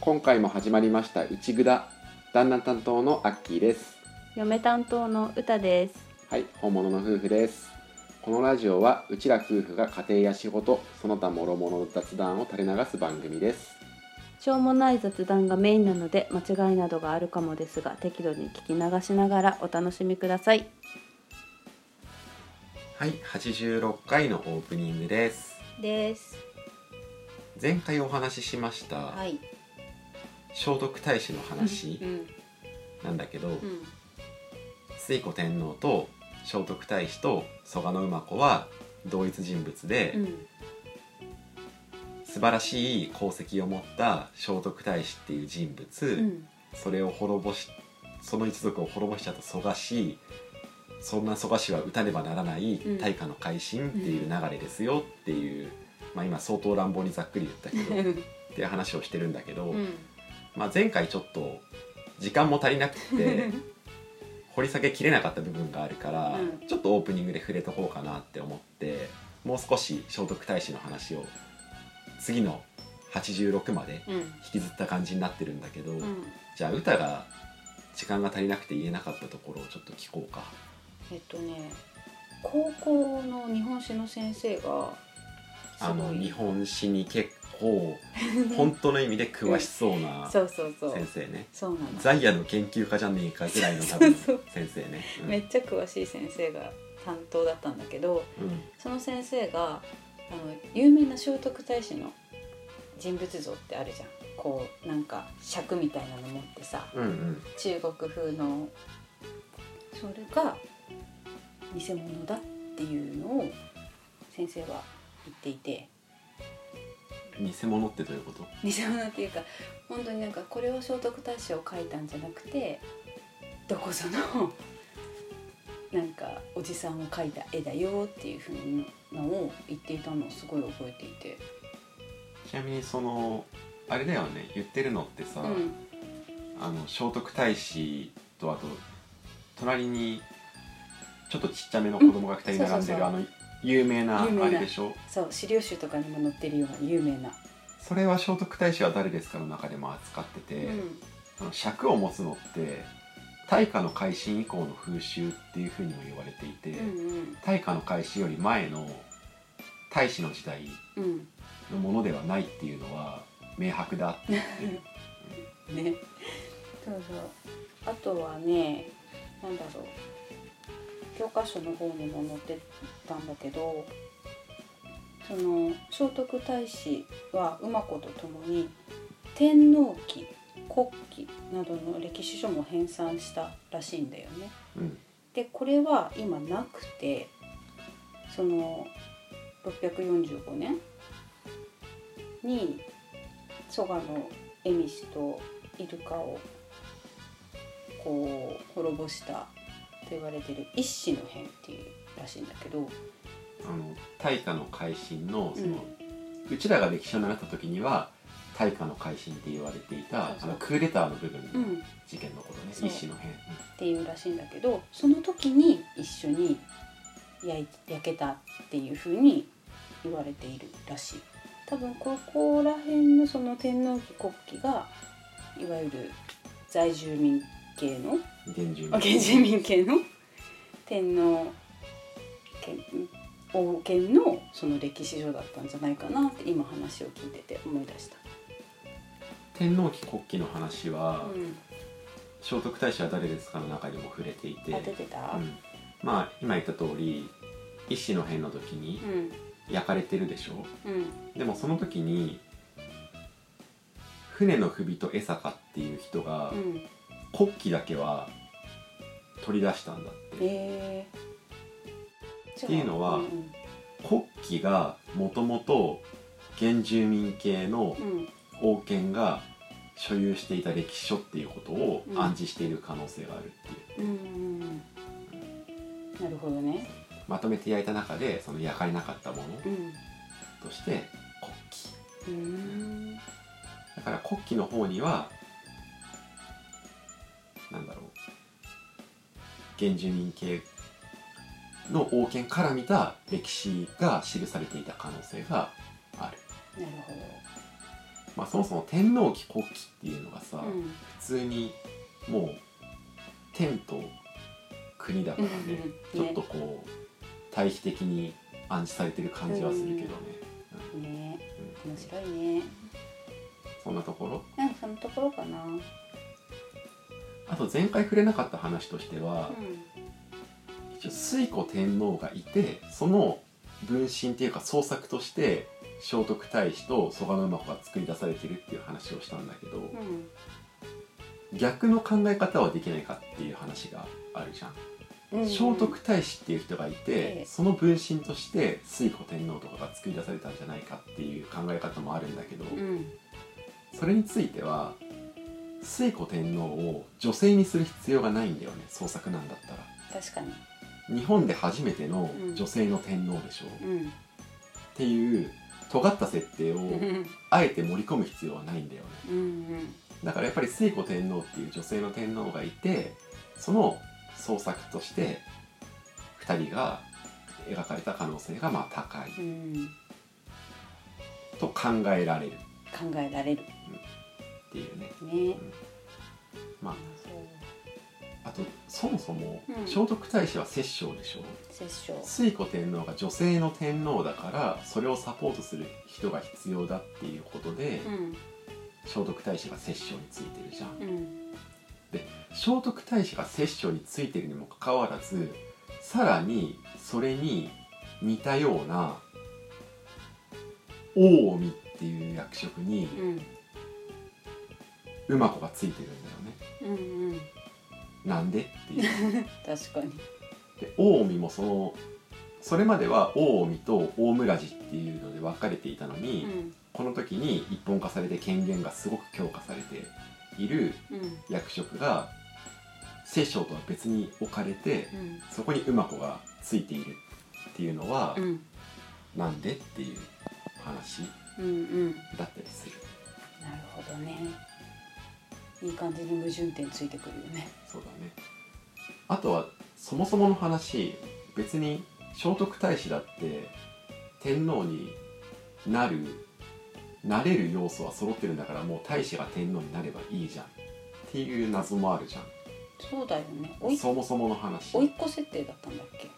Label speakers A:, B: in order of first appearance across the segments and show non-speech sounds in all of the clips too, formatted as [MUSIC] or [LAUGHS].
A: 今回も始まりましたうちぐだ旦那担当のアッキーです
B: 嫁担当の歌です
A: はい本物の夫婦ですこのラジオはうちら夫婦が家庭や仕事その他諸々の雑談を垂れ流す番組です
B: しょうもない雑談がメインなので間違いなどがあるかもですが適度に聞き流しながらお楽しみください
A: はい86回のオープニングです
B: です
A: 前回お話ししました、
B: い
A: 聖徳太子の話
B: うん
A: なんだけど、
B: うん
A: 推古天皇と聖徳太子と蘇我馬子は同一人物で、
B: うん
A: 素晴らしい功績を持った聖徳太子っていう人物、
B: うん
A: それを滅ぼしその一族を滅ぼしちゃった蘇我氏そんな蘇我氏は討たねばならない
B: うん
A: 大化の改新っていう流れですよっていう、まあ、今相当乱暴にざっくり言ったけ
B: う
A: ど
B: [LAUGHS] ん
A: っていう話をしてるんだけど、
B: うん
A: まあ、前回ちょっと時間も足りなく
B: [LAUGHS]
A: て掘り下げきれなかった部分があるから、
B: うん
A: ちょっとオープニングで触れとこうかなって思ってもう少し聖徳太子の話を次の86まで
B: うん
A: 引きずった感じになってるんだけど、
B: うん
A: じゃあ歌が時間が足りなくて言えなかったところをちょっと聞こうか。
B: えっとね高校の日本史の先生が
A: あの日
B: す
A: 本史に結構
B: ごい
A: 本当の意味で詳しそうな
B: そうそうそう
A: 先生ね。
B: そうなの
A: ザイヤの研究家じゃねえかぐらいの多分
B: そうそう
A: 先生ね。うん
B: めっちゃ詳しい先生が担当だったんだけど
A: うん
B: その先生があの有名な聖徳太子の人物像ってあるじゃんこうなんか尺みたいなの持ってさ
A: うんうん
B: 中国風のそれが偽物だっていうのを先生は言っていて
A: 偽物ってどういうこと
B: 偽物っていうか本当になんかこれは聖徳太子を書いたんじゃなくてどこぞのなんかおじさんを描いた絵だよっていうふうなのを言っていたのをすごい覚えていて。
A: ちなみにそのあれだよね言ってるのってさ、
B: うん
A: あの聖徳太子とあと隣にちょっとちっちゃめの子供が2人並んで
B: うん
A: るあの有名なあ
B: 有名な
A: れでしょ
B: そう資料集とかにも載ってるような有名な、
A: それは聖徳太子は誰ですかの中でも扱ってて、
B: うん
A: あの尺を持つのって大化の改新以降の風習っていうふうにも言われていて、
B: うん
A: 大化の改新より前の太子の時代
B: うん
A: のものではないっていうのは明白だって言ってる
B: うんねそうそうあとはねなんだろう教科書の方にも載ってたんだけどその聖徳太子は馬子と共に天皇記国記などの歴史書も編纂したらしいんだよね。
A: うん
B: でこれは今なくてその645年に蘇我の恵美氏とイルカをこう滅ぼしたと言われてる一子の変っていうらしいんだけど、
A: あの大化の改新のその、
B: う
A: うんちらが歴史を習った時には大化の改新って言われていた
B: そうそう
A: あのクーデターの部分
B: う
A: の
B: ん、っ
A: 事件のことね、
B: そう
A: 一種の変、うん
B: ていうらしいんだけどその時に一緒に焼い焼けたっていうふうに言われているらしい多分ここら辺のその天皇旗国旗がいわゆる在住民系の
A: 原住民
B: 原住民系の天皇権王権のその歴史上だったんじゃないかなって今話を聞いてて思い出した。
A: 天皇旗国旗の話は、
B: うん、
A: 聖徳太子は誰ですかの中にも触れていて、
B: あ出てた、
A: うんまあ今言った通り一種の変の時に
B: うん
A: 焼かれてるでしょ
B: うん
A: でもその時に船の首と江坂っていう人が、
B: うん、
A: 国旗だけは取り出したんだって
B: えー、
A: っていうのは
B: うん
A: 国旗がもともと原住民系の
B: うん
A: 王権が所有していた歴史書っていうことを
B: うん
A: 暗示している可能性があるってい
B: う
A: う、
B: んうんうんなるほどね
A: まとめて焼いた中でその焼かれなかったもの
B: うん
A: として国旗
B: うーん
A: だから国旗の方にはなんだろう原住民系の王権から見た歴史が記されていた可能性がある、
B: なる
A: まあ、そもそも天皇旗国旗っていうのがさ、
B: ほどうん
A: 普通にもう天と国だからね
B: うんうんうんね
A: ちょっとこう対比的に暗示されてる感じはするけどね、
B: ね
A: うん
B: 面白いね
A: そんなところ
B: なんかそのところかなうん
A: あと前回触れなかった話としては、一応推古天皇がいてその分身っていうか創作として聖徳太子と蘇我馬子が作り出されてるっていう話をしたんだけど、
B: うん
A: 逆の考え方はできないかっていう話があるじゃ
B: う
A: ん。
B: ん
A: 聖徳太子っていう人がい
B: え
A: て
B: え
A: その分身として推古天皇とかが作り出されたんじゃないかっていう考え方もあるんだけど
B: うん
A: それについては推古天皇を女性にする必要がないんだよね創作なんだったら
B: 確かに
A: 日本で初めての
B: うん
A: 女性の天皇でしょ、っ
B: うん
A: ていう尖った設定を
B: うん
A: あえて盛り込む必要はないんだよね
B: うん
A: だからやっぱり推古天皇っていう女性の天皇がいてその創作として2人が描かれた可能性がまあ高い
B: うん
A: と考えられる
B: 考えられる
A: っていうね
B: ね
A: ま
B: そう
A: ああとそもそも
B: うん
A: 聖徳太子は摂政でしょ
B: 殺生
A: 推古天皇が女性の天皇だからそれをサポートする人が必要だっていうことで
B: うん
A: 聖徳太子が摂政についてるじゃん
B: うん
A: 聖徳太子が摂政についてるにもかかわらずさらにそれに似たような大臣っていう役職に
B: うん
A: 馬子がついてるんだよね。
B: うんうん
A: なんでっていう。
B: 確かに
A: で大臣もそのそれまでは大臣と大村寺っていうので分かれていたのに、
B: うん
A: この時に一本化されて権限がすごく強化されている
B: うん
A: 役職が摂政とは別に置かれて
B: うん
A: そこに馬子がついているっていうのは、
B: うん
A: なんでっていう話
B: うんうん
A: だったりする
B: なるほどねいい感じに矛盾点ついてくるよね
A: そうだねあとはそもそもの話別に聖徳太子だって天皇になるなれる要素は揃ってるんだからもう太子が天皇になればいいじゃんっていう謎もあるじゃん
B: そうだよねおい
A: そもそもの話
B: おいっ子設定だったんだっけ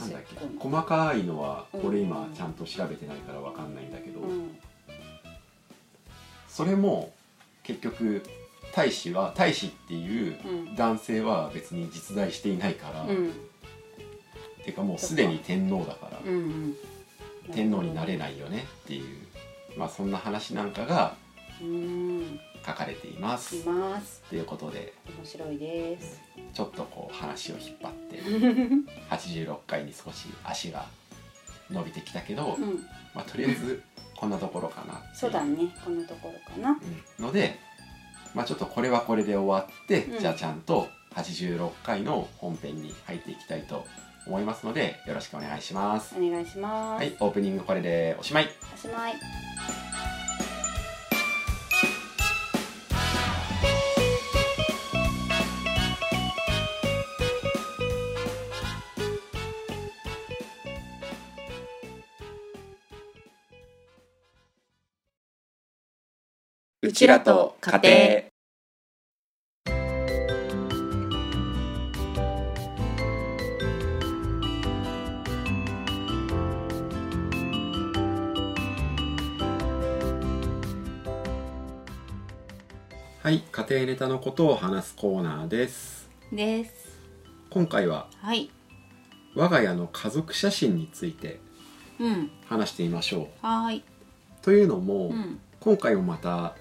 A: なんだっ
B: せ
A: け
B: っこ
A: 細かいのは
B: うん
A: 俺今ちゃんと調べてないからわかんないんだけど、
B: うん
A: それも結局太子は太子っていう
B: うん
A: 男性は別に実在していないから、
B: うん
A: てかもうすでに天皇だから、
B: うんうん
A: 天皇になれないよねっていう、まあ、そんな話なんかが
B: うん
A: 書かれています。
B: います
A: ということで
B: 面白いです
A: ちょっとこう話を引っ張って
B: [LAUGHS]
A: 86回に少し足が伸びてきたけど
B: う、ん
A: まあ、とりあえずこんなところかなってい
B: そうだねこんなところかな
A: うんので、まあ、ちょっとこれはこれで終わって、
B: うん
A: じゃあちゃんと86回の本編に入っていきたいと思いますのでよろしくお願いします。
B: お願いしま
A: は
B: す
A: い、オープニングこれでおしまい。
B: おしまい
A: う
B: ちらと家
A: はい、家庭ネタのことを話すコーナーです。
B: です
A: 今回は
B: はい
A: 我が家の家族写真について
B: うん
A: 話してみましょ。
B: はーいう
A: というのも、
B: うん
A: 今回もまた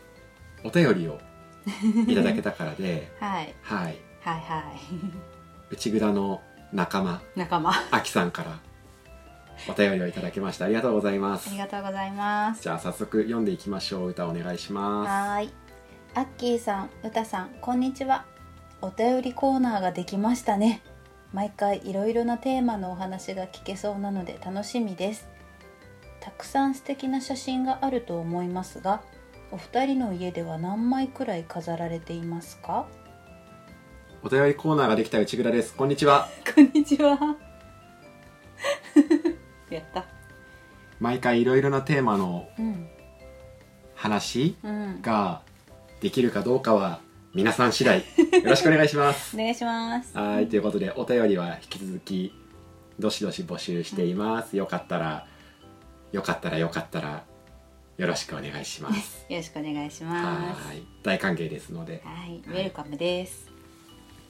A: お便りをいただけたか
B: [LAUGHS]
A: らで
B: はい
A: はい
B: はいはい
A: 内蔵の仲間
B: 仲間
A: あきさんからお便りをいただきましてありがとうございます
B: ありがとうございます
A: じゃあ早速読んでいきましょう歌お願いしま
B: はーいアッキーさんうたさんこんにちはお便りコーナーができましたね毎回いろいろなテーマのお話が聞けそうなので楽しみですたくさん素敵な写真があると思いますがお二人の家では何枚くらい飾られていますか
A: すお便りコーナーができた内蔵ですこんにちは
B: こんにちは [LAUGHS] やった
A: 毎回いろいろなテーマの
B: うん
A: 話
B: うん
A: ができるかどうかは皆さん次第
B: [LAUGHS]
A: よろしくお願いします
B: お願いします
A: はいということでお便りは引き続きどしどし募集していますよかったらよかったらよかったらよろしくお願いします
B: よろしくお願いしま
A: は
B: す
A: ーい大歓迎ですので
B: はいウェルカムです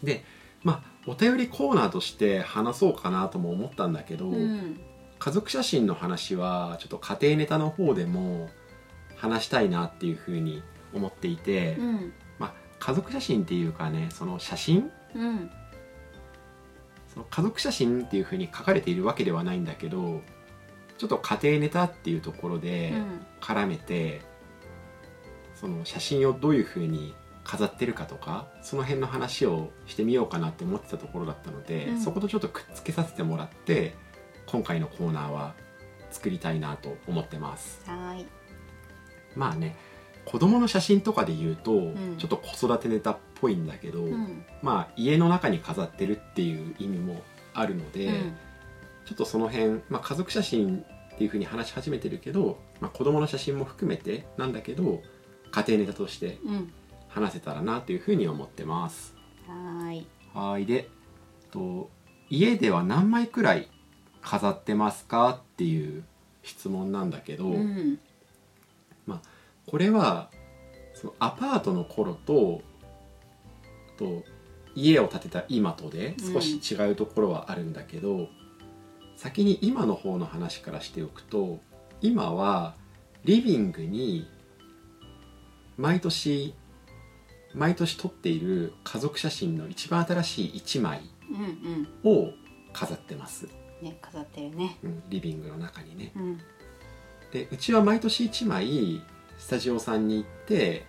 A: でまあお便りコーナーとして話そうかなとも思ったんだけど、
B: うん
A: 家族写真の話はちょっと家庭ネタの方でも話したいなっていうふうに思っていて、
B: うん
A: まあ、家族写真っていうかねその写真
B: うん
A: その家族写真っていうふうに書かれているわけではないんだけどちょっと家庭ネタっていうところで
B: うん
A: 絡めて、その写真をどういうふうに飾ってるかとかその辺の話をしてみようかなって思ってたところだったので、
B: うん
A: そことちょっとくっつけさせてもらって今回のコーナーは作りたいなと思ってます。
B: はい
A: まあね子供の写真とかで言うと、
B: ん
A: ちょっと子育てネタっぽいんだけど、
B: うん
A: まあ家の中に飾ってるっていう意味もあるので、
B: うん
A: ちょっとその辺、まあ、家族写真っていうふうに話し始めてるけど、まあ、子供の写真も含めてなんだけど家庭ネタとして
B: うん
A: 話せたらなというふうに思ってます。
B: はい
A: はいでと家では何枚くらい飾ってますかっていう質問なんだけど、
B: うん
A: これはそのアパートの頃とと家を建てた今とで
B: うん
A: 少し違うところはあるんだけど、先に今の方の話からしておくと今はリビングに毎年毎年撮っている家族写真の一番新しい1枚
B: うんうん
A: を飾ってます、
B: ね飾ってるね
A: うん、リビングの中にね。
B: うん
A: でうちは毎年1枚スタジオさんに行って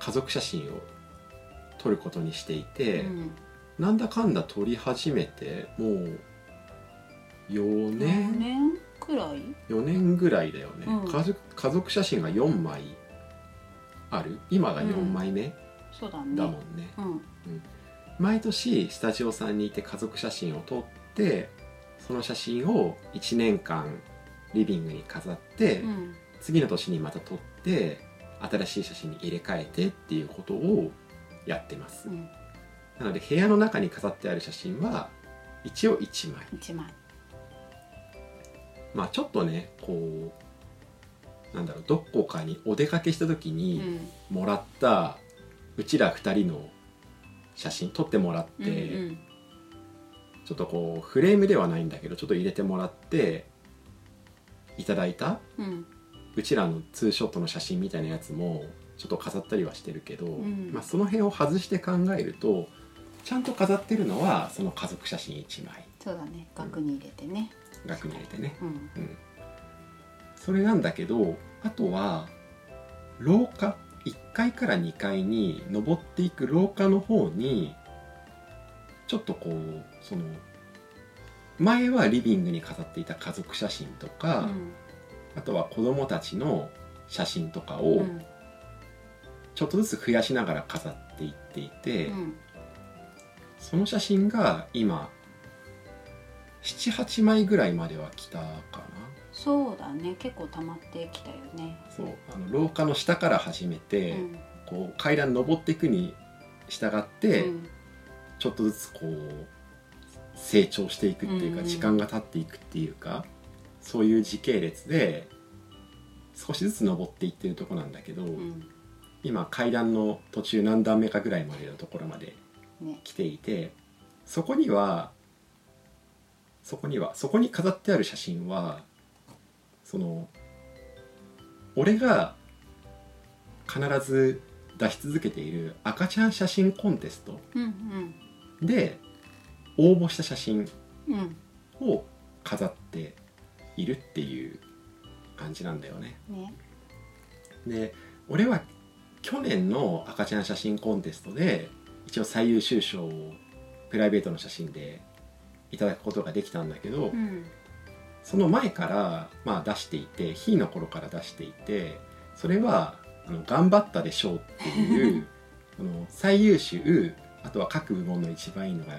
A: 家族写真を撮ることにしていうて、
B: ん
A: なんだかんだ撮り始めてもう4
B: 何
A: 年
B: 年くらい
A: 4年ぐらいだよね、
B: うん
A: 家族家族写真が4枚ある今が4枚目
B: そうだ
A: だもん
B: ね
A: ね、
B: うん
A: 毎年スタジオさんにいて家族写真を撮ってその写真を1年間リビングに飾って、
B: うん
A: 次の年にまた撮って新しい写真に入れ替えてっていうことをやってます、
B: うん
A: なので部屋の中に飾ってある写真は一応1枚
B: 一枚
A: まあちょっとねこうなんだろうどこかにお出かけした時
B: う
A: に
B: ん
A: もらったうちら2人の写真撮ってもらって、
B: うんうん
A: ちょっとこうフレームではないんだけどちょっと入れてもらっていただいた
B: うん
A: うちらのツーショットの写真みたいなやつもちょっと飾ったりはしてるけど、
B: ん
A: まあ、その辺を外して考えるとちゃんと飾ってるのはその家族写真1枚
B: そうだね額に入れてね
A: 額に入れてね
B: うん
A: それなんだけどあとは廊下1階から2階に登っていく廊下の方にちょっとこうその前はリビングに飾っていた家族写真と
B: う
A: か、
B: ん
A: あとは子供たちの写真とか
B: う
A: を、
B: ん
A: ちょっとずつ増やしながら飾っていっていて、
B: うん
A: その写真が今78枚ぐらいまでは来たか
B: そうだね結構溜まってきたよね
A: なそうあの廊下の下から始めて、
B: うん
A: こう階段登っていくに従って、
B: うん
A: ちょっとずつこう成長していくっていうか、
B: うん
A: 時間が経っていくっていうかそういう時系列で少しずつ登っていってるとこなんだけど、
B: うん
A: 今階段の途中何段目かぐらいまでのところまで
B: ね
A: 来ていてそこにはそこにはそこに飾ってある写真はその俺が必ず出し続けている赤ちゃん写真コンテスト
B: うん
A: で応募した写真
B: うんうん
A: を飾っているっていう感じなんだよね。
B: ね
A: で俺は去年の赤ちゃん写真コンテストで一応最優秀賞をプライベートの写真でいただくことができたんだけ
B: う
A: ど、
B: ん
A: その前から、まあ、出していて「ひ」の頃から出していてそれは「あの頑張ったでしょう」っていう
C: [LAUGHS]
A: あの最優秀あとは各部門の一番いいのが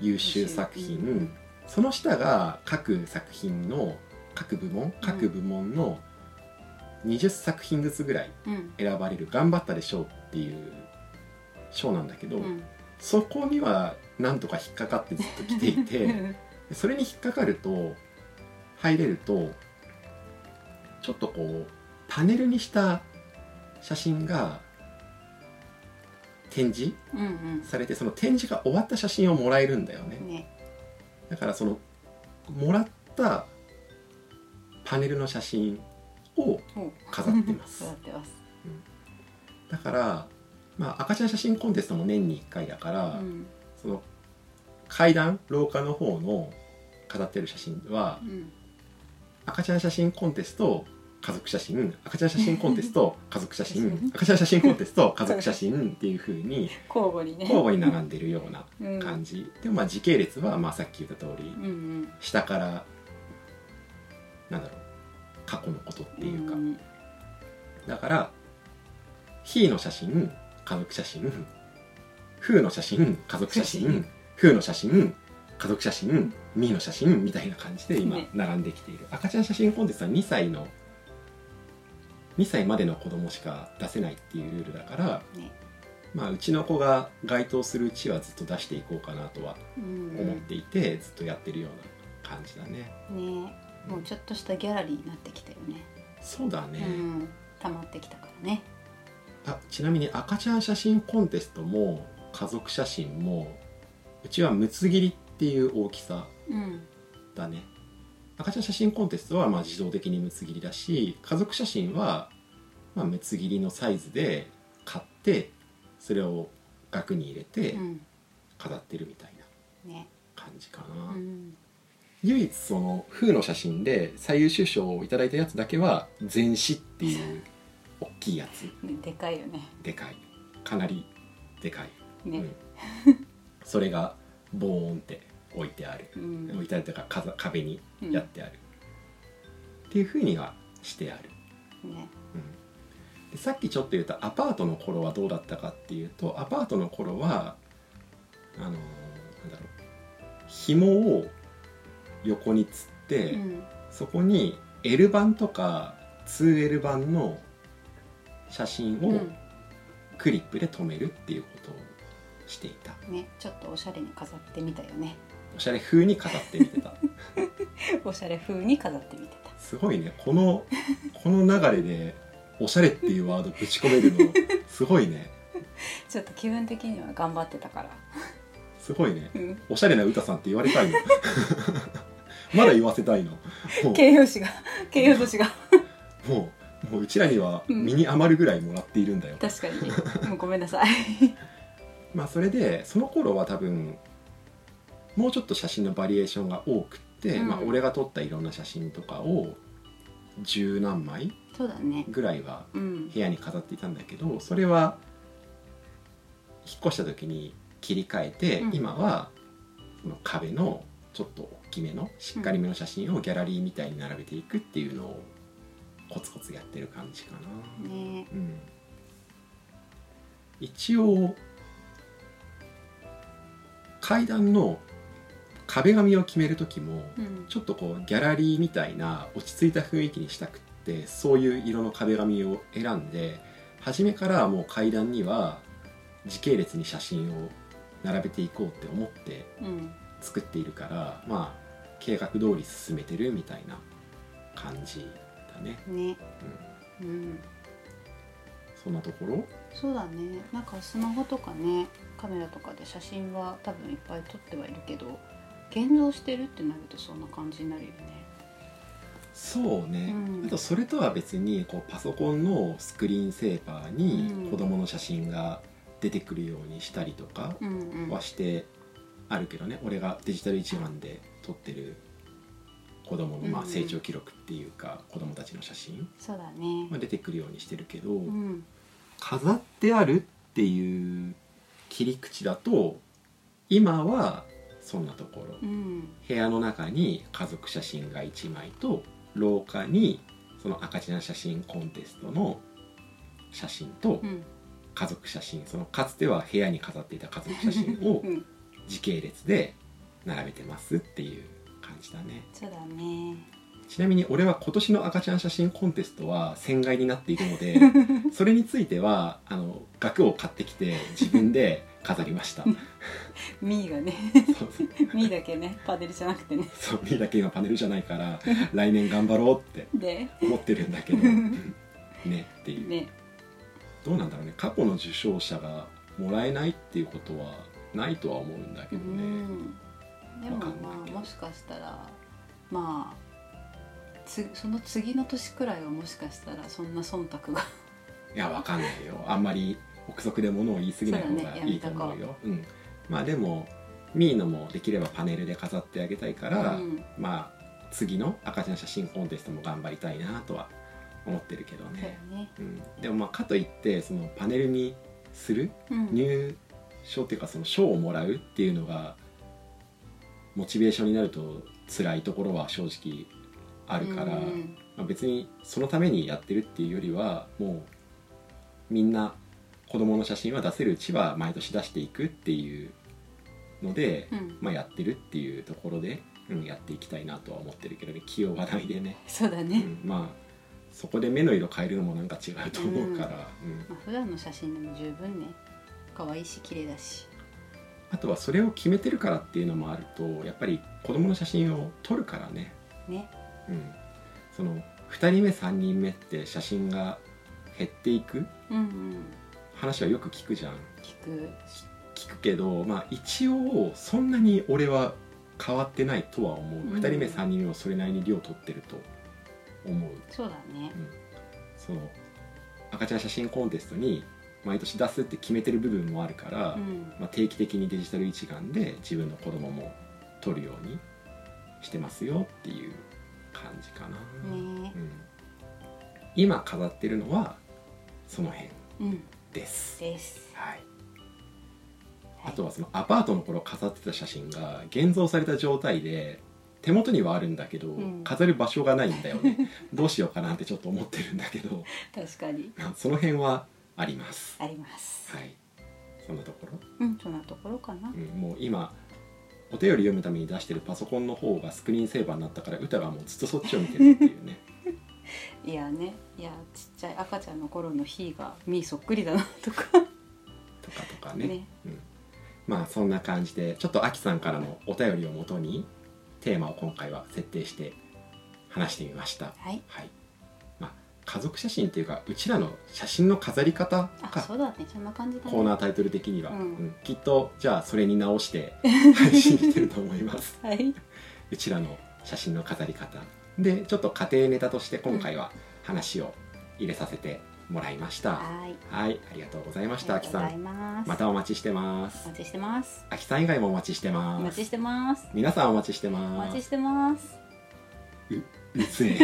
A: 優秀作品、
C: 優秀うん
A: その下が各作品の各部門各部門の20作品ずつぐらい
B: うん
A: 選ばれる「頑張ったでしょう」っていう賞なんだけど、
B: うん
A: そこにはなんとか引っかかってずっと来て
B: [LAUGHS]
A: いて。それに引っかかると入れるとちょっとこうパネルにした写真が展示
B: うんうん
A: されてその展示が終わった写真をもらえるんだよね
B: ね
A: だからそのもらったパネルの写真を
B: そう
A: 飾ってます
B: 飾ってます
A: だからまあ赤ちゃん写真コンテストも年に1回だから、
B: うん
A: その階段廊下の方の飾ってる写真は
B: うん
A: 赤ちゃん写真コンテスト家族写真赤ちゃん写真コンテスト家族写
B: [LAUGHS] 確か
A: 真
B: に
A: 赤ちゃん写真コンテスト家族写真っていう風
B: [LAUGHS]
A: に
B: 交互にね
A: 交互に並んでるような
B: うん
A: 感じ、でもまあ時系列はまあさっき言った通り
B: うんうん
A: 下からなんだろう過去のことっていうか、
B: ん
A: だから「ひ」の写真家族写真「ふ」の写真家族写真「ふ」の写真家族写真「み」の写真みたいな感じで今
B: ね
A: 並んできている、赤ちゃん写真コンテストは2歳の2歳までの子供しか出せないっていうルールだから、
B: ね
A: まあ、うちの子が該当するうちはずっと出していこうかなとは
B: うん
A: 思っていて、ずっとやってるような感じだね。
B: ねもうちょっとしたギャラリーになってきたよね
A: そうだね、
B: うん溜まってきたからね
A: あちなみに赤ちゃん写真コンテストも家族写真もうちは六つ切りっていう大きさ
B: うん
A: だね赤ちゃん写真コンテストはまあ自動的に六つ切りだし家族写真はまあ六つ切りのサイズで買ってそれを額に入れて
B: うん
A: 飾ってるみたいな
B: ね
A: 感じか
B: う
A: な、
B: ん
A: 唯一その風の写真で最優秀賞をいただいたやつだけは全紙っていう大きいやつ
B: ねでかいよね
A: でかいかなりでかい
B: ね
A: うん [LAUGHS] それがボーンって置いてある、
B: うん
A: 置いてあるというかかざ壁に
B: うん
A: やってある、っていうふうにはしてある、
B: ね
A: うんでさっきちょっと言ったアパートの頃はどうだったかっていうとアパートの頃はあのーなんだろう紐を横につって、
B: うん
A: そこに L 版とか 2L 版の写真
B: う
A: を
B: ん
A: クリップで留めるっていうことをしていた、
B: ねちょっとおしゃれに飾ってみたよね [LAUGHS]
A: おしゃれ風に飾ってみてた
B: おしゃれ風に飾ってみてた
A: すごいねこの [LAUGHS] この流れで「おしゃれ」っていうワードぶち込めるのすごいね
B: ちょっと気分的には頑張ってたから
A: すごいね
B: うん
A: おしゃれな歌さんって言われたいの [LAUGHS] まだ言わせたいのも
B: 形容詞が形容詞が
A: うもうもううちらには
B: うん
A: 身に余るぐらいもらっているんだよ、
B: 確かにね
A: [LAUGHS]
B: もうごめんなさい
A: まあそれでその頃は多分もうちょっと写真のバリエーションが多くって、
B: うん
A: まあ、俺が撮ったいろんな写真とかを十何枚
B: そうだね
A: ぐらいは
B: うん
A: 部屋に飾っていたんだけどそれは引っ越した時に切り替えて、
B: うん
A: 今はその壁のちょっと大きめのしっかりめの写真をギャラリーみたいに並べていくっていうのをコツコツやってる感じかな、
B: ね
A: うん、一応階段の壁紙を決める時も、
B: うん
A: ちょっとこうギャラリーみたいな落ち着いた雰囲気にしたくってそういう色の壁紙を選んで初めからもう階段には時系列に写真を並べていこうって思って
B: うん
A: 作っているからまあ計画通り進めてるみたいな感じだね、
B: ね
A: うん、
B: うん
A: そんなところ
B: そうだねなんかスマホとかねカメラとかで写真は多分いっぱい撮ってはいるけど現像してるってなるとそんな感じになるよね
A: そうね、
B: うん
A: あとそれとは別にこうパソコンのスクリーンセーバー
B: う
A: に
B: ん
A: 子供の写真が出てくるようにしたりとか、
B: うんうん
A: はしてあるけどね俺がデジタル一眼で撮ってる子供のまあ
D: うん
A: 成長記録っていうか子供たちの写真
B: そうだね
A: が出てくるようにしてるけど、
B: うん
A: 飾ってあるっていう切り口だと今はそんなところ
B: うん
A: 部屋の中に家族写真が1枚と廊下にその赤ちゃん写真コンテストの写真と
B: うん
A: 家族写真そのかつては部屋に飾っていた家族写真
B: [LAUGHS]
A: を
D: うん
A: 時系列で並べてますっていう感じだね
B: そうだね [LAUGHS]
A: ちなみに俺は今年の赤ちゃん写真コンテストは戦外になっているのでそれについてはあの額を買ってきて自分で飾りましたそう
B: ミーがね [LAUGHS]
A: そう
B: ミーだけねパネルじゃなくてね
A: そう見だけ今パネルじゃないから来年頑張ろうって
B: で
A: 思ってるんだけどねっていう、
B: ね
A: どうなんだろうね過去の受賞者がもらえないっていうことはないとは思うんだけ
B: う
A: どね、
B: んでも
A: わかんない
B: まあ
A: けど
B: もしかしたらまあつその次の年くらいはもしかしたらそんな忖度が
A: いやわかんないよあんまり憶測で物を言い過ぎない方
B: そうだ
A: が
B: ね
A: いいと思うようん、まあでもミーノもできればパネルで飾ってあげたいから、
B: うん
A: まあ次の赤ちゃん写真コンテストも頑張りたいなとは思ってるけど
B: そうだ
A: ね、
B: ね
A: うん、でもまあかといってそのパネルにする
B: うん
A: 入賞っていうかその賞をもらうっていうのがモチベーションになると辛いところは正直あるから、
B: うん
A: まあ、別にそのためにやってるっていうよりはもうみんな子供の写真は出せるうちは毎年出していくっていうので、
B: うん
A: まあ、やってるっていうところで、うん、やっていきたいなとは思ってるけどね器用がないでね、
B: そうだ
A: う
B: ね、
A: ん、まあそこで目の色変えるのもなんか違うと思うから、うん、
B: まあ、普段の写真でも十分ね可愛いし綺麗だし
A: あとはそれを決めてるからっていうのもあるとやっぱり子供の写真を撮るからね、
B: ね
A: うん、その2人目3人目って写真が減っていく
B: うんうん
A: 話はよく聞くじゃん
B: 聞く
A: 聞くけど、まあ、一応そんなに俺は変わってないとは思う、
B: ん
A: 2人目3人目もそれなりに量取ってると思う
B: そうだね
A: その赤ちゃん写真コンテストに毎年出すって決めてる部分もあるから、
B: うん
A: まあ、定期的にデジタル一眼で自分の子供も撮るようにしてますよっていう感じかな、
B: ね
A: うん、今飾ってるのはその辺
B: うん
A: です、
B: です
A: はい、
B: はい
A: あとはそのアパートの頃飾ってた写真が現像された状態で手元にはあるんだけど、
B: うん
A: 飾る場所がないんだよねどうしようかなってちょっと思ってるんだけど
B: 確かに
A: まあその辺はあります
B: あります
A: はいそんなところ
B: うんそんなところかな
A: うん、もう今お便り読むために出してるパソコンの方がスクリーンセーバーになったから歌がもうずっとそっちを見てるっていうね
B: いやねいやちっちゃい赤ちゃんの頃の日がみーそっくりだなとか
A: とかとかね
B: ね
A: まあそんな感じでちょっとアキさんからのお便りをもとにテーマを今回は設定して話してみました
B: はい
A: はいまあ家族写真っていうかうちらの写真の飾り方
B: あそ
A: か
B: うだねそんな感じだね
A: コーナータイトル的には、
B: うん
A: うんきっとじゃあそれに直して
B: [LAUGHS]
A: 配信してると思います
B: はい、
A: うちらの写真の飾り方でちょっと家庭ネタとして今回は話を入れさせてもらいました、
B: はい、
A: はいありがとうございま
B: あ
A: し
B: り
A: た
B: が
A: あ
B: と
A: き
B: うご
A: さ
B: ざい
A: ん
B: ます。
A: またお待ちしてま
B: お
A: す
B: 待ちしてます。
A: あきさん以外もお待ちして
B: お
A: ま
B: 待ち
A: す
B: してます。
A: 皆さんお待ちして
B: お
A: ま
B: 待ち
A: す
B: してます。
A: うつえ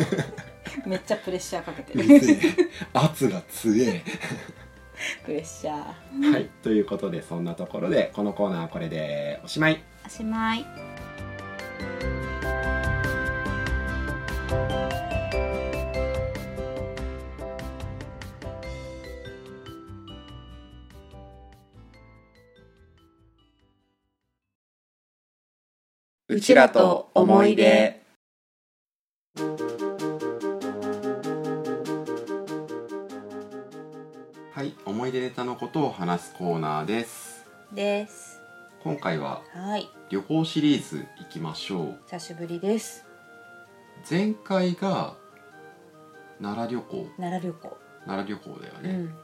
B: [LAUGHS] めっちゃプレッシャーかけて
A: う
B: る。
A: つえ圧が強え
B: プレッシャー。
A: はいということでそんなところでこのコーナーはこれでおしまい
B: おしまい。
A: う
D: ちらと思い出
A: はい思い出ネタのことを話すコーナーです
B: です。
A: 今回は
B: はい、
A: 旅行シリーズいきましょう
B: 久しぶりです。
A: 前回が奈良旅行
B: 奈良旅行。
A: 奈良旅行だよ
B: う
A: ね、
B: ん、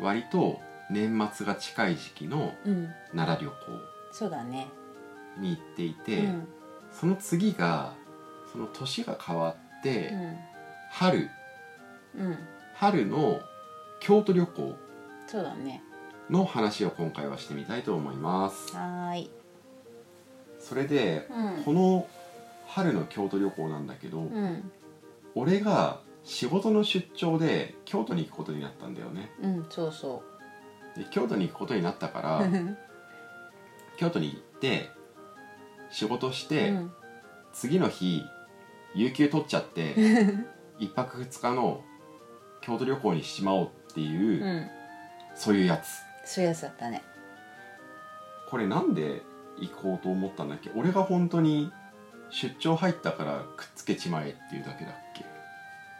A: 割と年末が近い時期の
B: うん、
A: 奈良旅
B: そうだね。
A: 行に行っていうて、
B: ん、
A: その次がその年が変わって、春
B: うん、うん、
A: 春の京都旅行
B: そうだね。
A: の話を今回はしてみたいと思います
B: はーい。
A: それで
B: うん
A: この春の京都旅行なんだけど、
B: うん
A: 俺が仕事の出張で京都に行くことになったんだよね
B: うんそうそ
A: で京都に行くことになったか
B: う
A: ら
B: うん
A: 京都に行って仕事して、
B: うん
A: 次の日有給取っちゃって
B: [LAUGHS]
A: 一泊二日の京都旅行にしまおうっていう、
B: うん
A: そういうやつ
B: そういうやつだったね
A: これなんで行こうと思ったんだっけ俺が本当に出張入ったからくっつけちまえっていうだけだっけ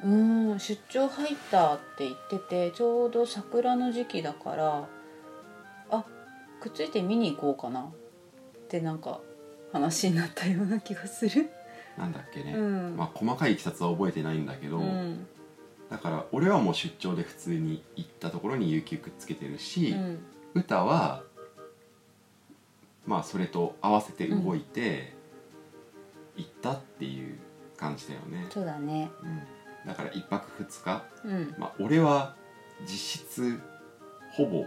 B: うーん出張入ったって言っててちょうど桜の時期だからあくっついて見に行こうかなってなんか話になったような気がする。
A: なんだっけね、
B: うん
A: まあ細かいいきさつは覚えてないんだけど、
B: うん
A: だから俺はもう出張で普通に行ったところに有給くっつけてる
B: う
A: し、
B: ん
A: 歌はまあそれと合わせて動いて行ったっていう感じだよね、
B: そうだね
A: うんだから1泊2日、
B: うん
A: まあ、俺は実質ほぼ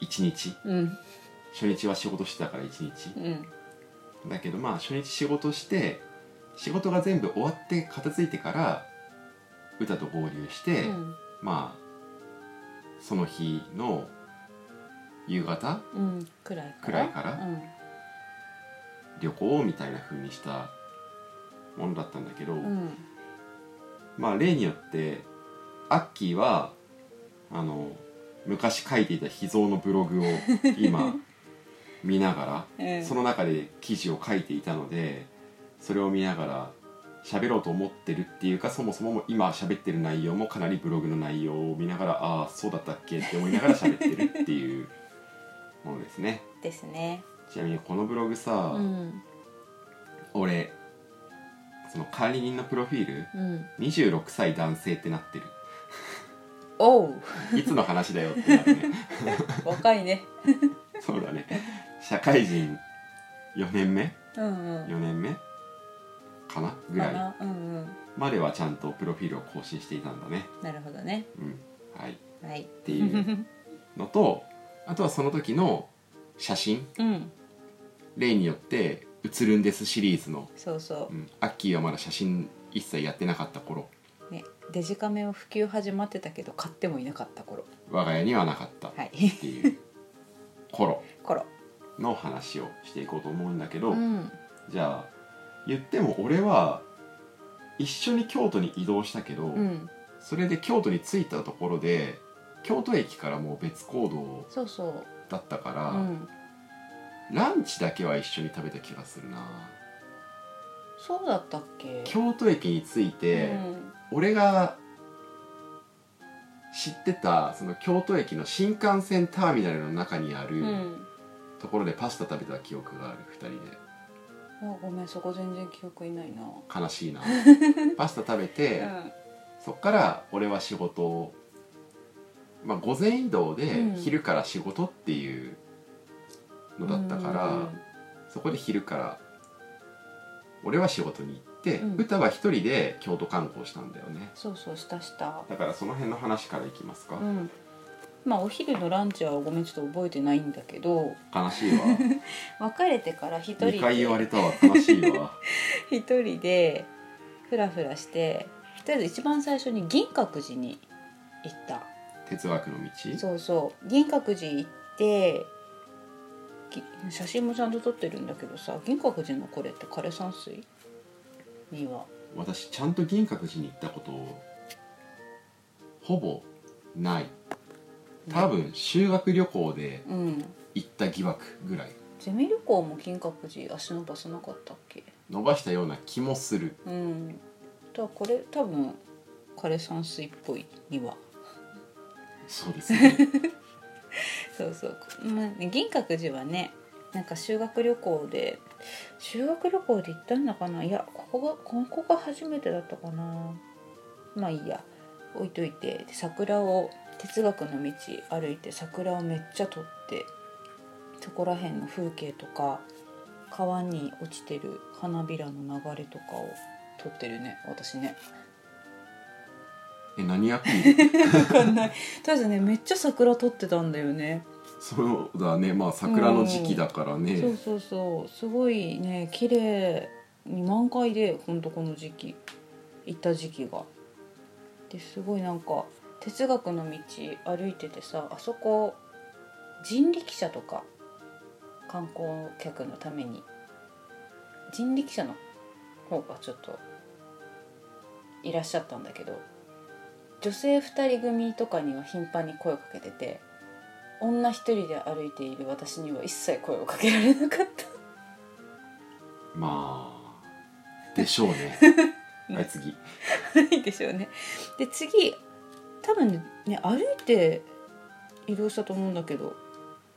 A: 1日
B: うん
A: 初日は仕事してたから1日
B: うん
A: だけどまあ初日仕事して仕事が全部終わって片付いてから歌と合流して、
B: うん
A: まあその日の夕方
B: うんくらいか
A: く
B: ら
A: らいから
B: うん
A: 旅行みたいな風にしたものだったんだけど、
B: うん
A: まあ例によってアッキーはあの昔書いていた秘蔵のブ
B: [LAUGHS]
A: ログを今見なが
B: う
A: ら
B: ん
A: その中で記事を書いていたのでそれを見ながら喋ろうと思ってるっていうかそもそももう今喋ってる内容もかなりブログの内容を見ながらああそうだったっけって思いながら喋ってるっていうものですね
B: ですね
A: ちなみにこのブログ
B: う
A: さ、
B: ん
A: 俺その管理人のプロフィール
B: うん
A: 26歳男性ってなってる
B: おう
A: いつの話だよってなる
B: [LAUGHS]
A: ね
B: 若いね
A: そうだね社会人4年目
B: うんうん
A: 4年目かなぐ
B: から
A: い
B: なうんうん
A: まではちゃんとプロフィールを更新していたんだね
B: なるほどね
A: うんはいっ
B: はい
A: ていうの
B: [LAUGHS]
A: とあとはその時の写真
B: うん
A: 例によって「写るんです」シリーズの、
B: そうそう
A: うん、アッキーはまだ写真一切やってなかった頃
B: ね、デジカメを普及始まってたけど買ってもいなかった頃
A: 我が家にはなかったっ
B: はい [LAUGHS]
A: ていう頃
B: 頃
A: の話をしていこうと思うんだけど、
B: うん
A: じゃあ言っても俺は一緒に京都に移動したけど、
B: うん
A: それで京都に着いたところで京都駅からもう別行動
B: そうそう
A: だったか
B: う
A: ら、
B: ん
A: ランチだけは一緒に食べた気がするな
B: そうだったっけ
A: 京都駅に着いて、
B: うん
A: 俺が知ってたその京都駅の新幹線ターミナルの中にあ
B: う
A: る
B: ん
A: ところでパスタ食べた記憶がある2人で
B: あごめんそこ全然記憶いないな
A: 悲しい
B: [LAUGHS]
A: なパスタ食べて、
B: うん
A: そっから俺は仕事を、まあ、午前移動
B: う
A: で
B: ん
A: 昼から仕事っていうのだったから、そこで昼から俺は仕事に行って、
B: うん
A: 歌は一人で京都観光したんだよね
B: そうそうしたした
A: だからその辺の話からいきますか、
B: うんまあお昼のランチはごめんちょっと覚えてないんだけど
A: 悲し
B: [LAUGHS]
A: いわ
B: 別れてから一人で
A: 2回言われたわ悲しいわ
B: [LAUGHS] 一人でふらふらしてとりあえず一番最初に銀閣寺に行った
A: 哲学の道
B: [LAUGHS] そうそう銀閣寺行ってぎ写真もちゃんと撮ってるんだけどさ銀閣寺のこれって枯山水には
A: 私ちゃんと銀閣寺に行ったことをほぼない多分修学旅行で
B: うん
A: 行った疑惑ぐらい
B: ゼミ旅行も銀閣寺足伸ばさなかったっけ
A: 伸ばしたような気もする
B: うんだからこれ多分枯山水っぽいには
A: そうですね
B: そうそう、まあね、銀閣寺はねなんか修学旅行で修学旅行で行ったんだかないやここがここが初めてだったかなまあいいや置いといてで桜を哲学の道歩いて桜をめっちゃ撮ってそこら辺の風景とか川に落ちてる花びらの流れとかを撮ってるね私ね
A: [LAUGHS] え何アピール
B: 分かんないとりあえずねめっちゃ桜撮ってたんだよね
A: そうだねまあ桜の時期だからね、
B: そうそうそうすごいね綺麗未満開でほんとこの時期行った時期がですごいなんか哲学の道歩いててさあそこ人力車とか観光客のために人力車の方がちょっといらっしゃったんだけど女性2人組とかには頻繁に声をかけてて女1人で歩いている私には一切声をかけられなかった。
A: まあでしょう [LAUGHS] ねはい次
B: ないでしょうね。で次多分ねね歩いて移動したと思うんだけど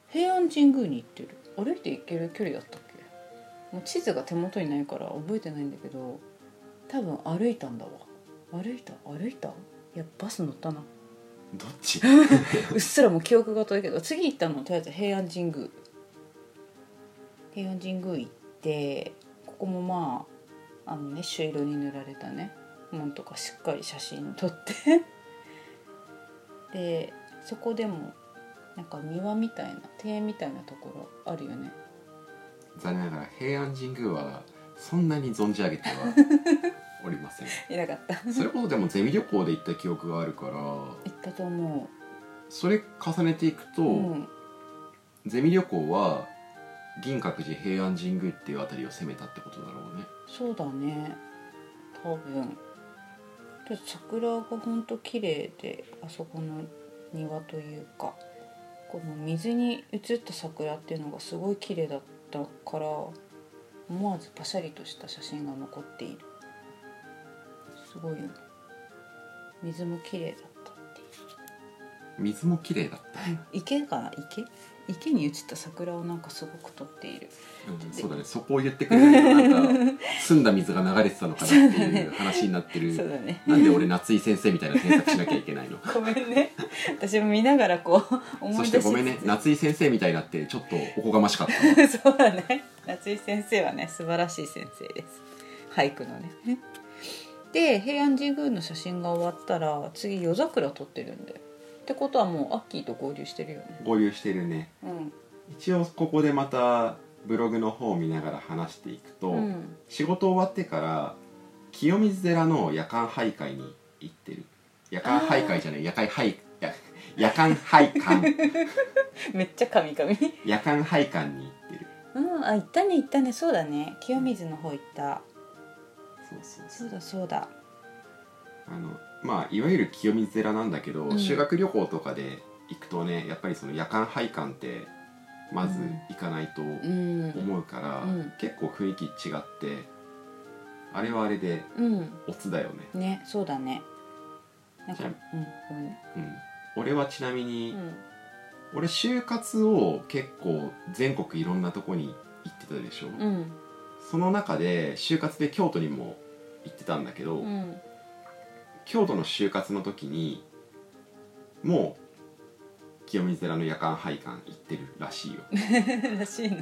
B: 平安神宮に行ってる歩いて行ける距離だったっけもう地図が手元にないから覚えてないんだけど多分歩いたんだわ歩いた歩いたいやバス乗ったな
A: どっち
B: うっすらもう記憶が遠いけど次行ったのとりあえず平安神宮平安神宮行ってここもまああのね朱色に塗られたね門とかしっかり写真撮ってでそこでもなんか庭みたいな庭園みたいなところあるよね
A: 残念ながら平安神宮はそんなに存じ上げ [LAUGHS] てはおりません
B: いなかった行
A: それこそでもゼミ旅行で行った記憶があるから
B: ったと思
A: それ重ねていくと、
B: う、うん、
A: ゼミ旅行は銀閣寺平安神宮っていうあたりを攻めたってことだろうね
B: そうだね多分ちょっと桜がほんと綺麗であそこの庭というかこの水に映った桜っていうのがすごい綺麗だったから思わずパシャリとした写真が残っているすごいよね水も綺麗だったっていう
A: 水も綺麗だった、
B: 池かな池池に映った桜をなんかすごく撮っている
A: うんそうだねそこを言ってくれるとなんか澄んだ水が流れてたのかなっていう話になってる、
B: そうだね
A: なんで俺夏井先生みたいな検索しなきゃいけないの
B: ごめんね私も見ながらこう思 [LAUGHS]
A: そ
B: い
A: し
B: 出
A: て
B: し
A: ごめんね
B: つつ
A: 夏井先生みたいになってちょっとおこがましかった
B: [LAUGHS]
A: わ
B: そうだね夏井先生はね素晴らしい先生です俳句のねで平安神宮の写真が終わったら次夜桜撮ってるんだよってことはもうアッキーと合流してるよね
A: 合流してるね
B: うん
A: 一応ここでまたブログの方を見ながら話していくと、
B: うん
A: 仕事終わってから清水寺の夜間徘徊に行ってる夜間徘徊じゃない夜間徘夜夜間徘
B: [LAUGHS]
A: 徊
B: めっちゃカミカミ
A: 夜間徘徊に行ってる
B: うんあ行ったね行ったねそうだね清水の方行った
A: そうそ
B: そう
A: うそ
B: うだそうだ
A: あのまあいわゆる清水寺なんだけど、
B: うん
A: 修学旅行とかで行くとねやっぱりその夜間拝観ってまず行かないと
B: うん
A: 思うから、
B: うん
A: 結構雰囲気違ってあれはあれで
B: うん
A: オツだよね、
B: ねそうだねなんか
A: じ
B: う
A: ゃ
B: ん
A: あ
B: ごめんね
A: うん、俺はちなみに、
B: うん
A: 俺就活を結構全国いろんなとこに行ってたでしょ、
B: うん
A: その中で就活で京都にも行ってたんだけど、
B: うん
A: 京都の就活の時にもう清水寺の夜間拝観行ってるらしいよ
B: [LAUGHS] らしいの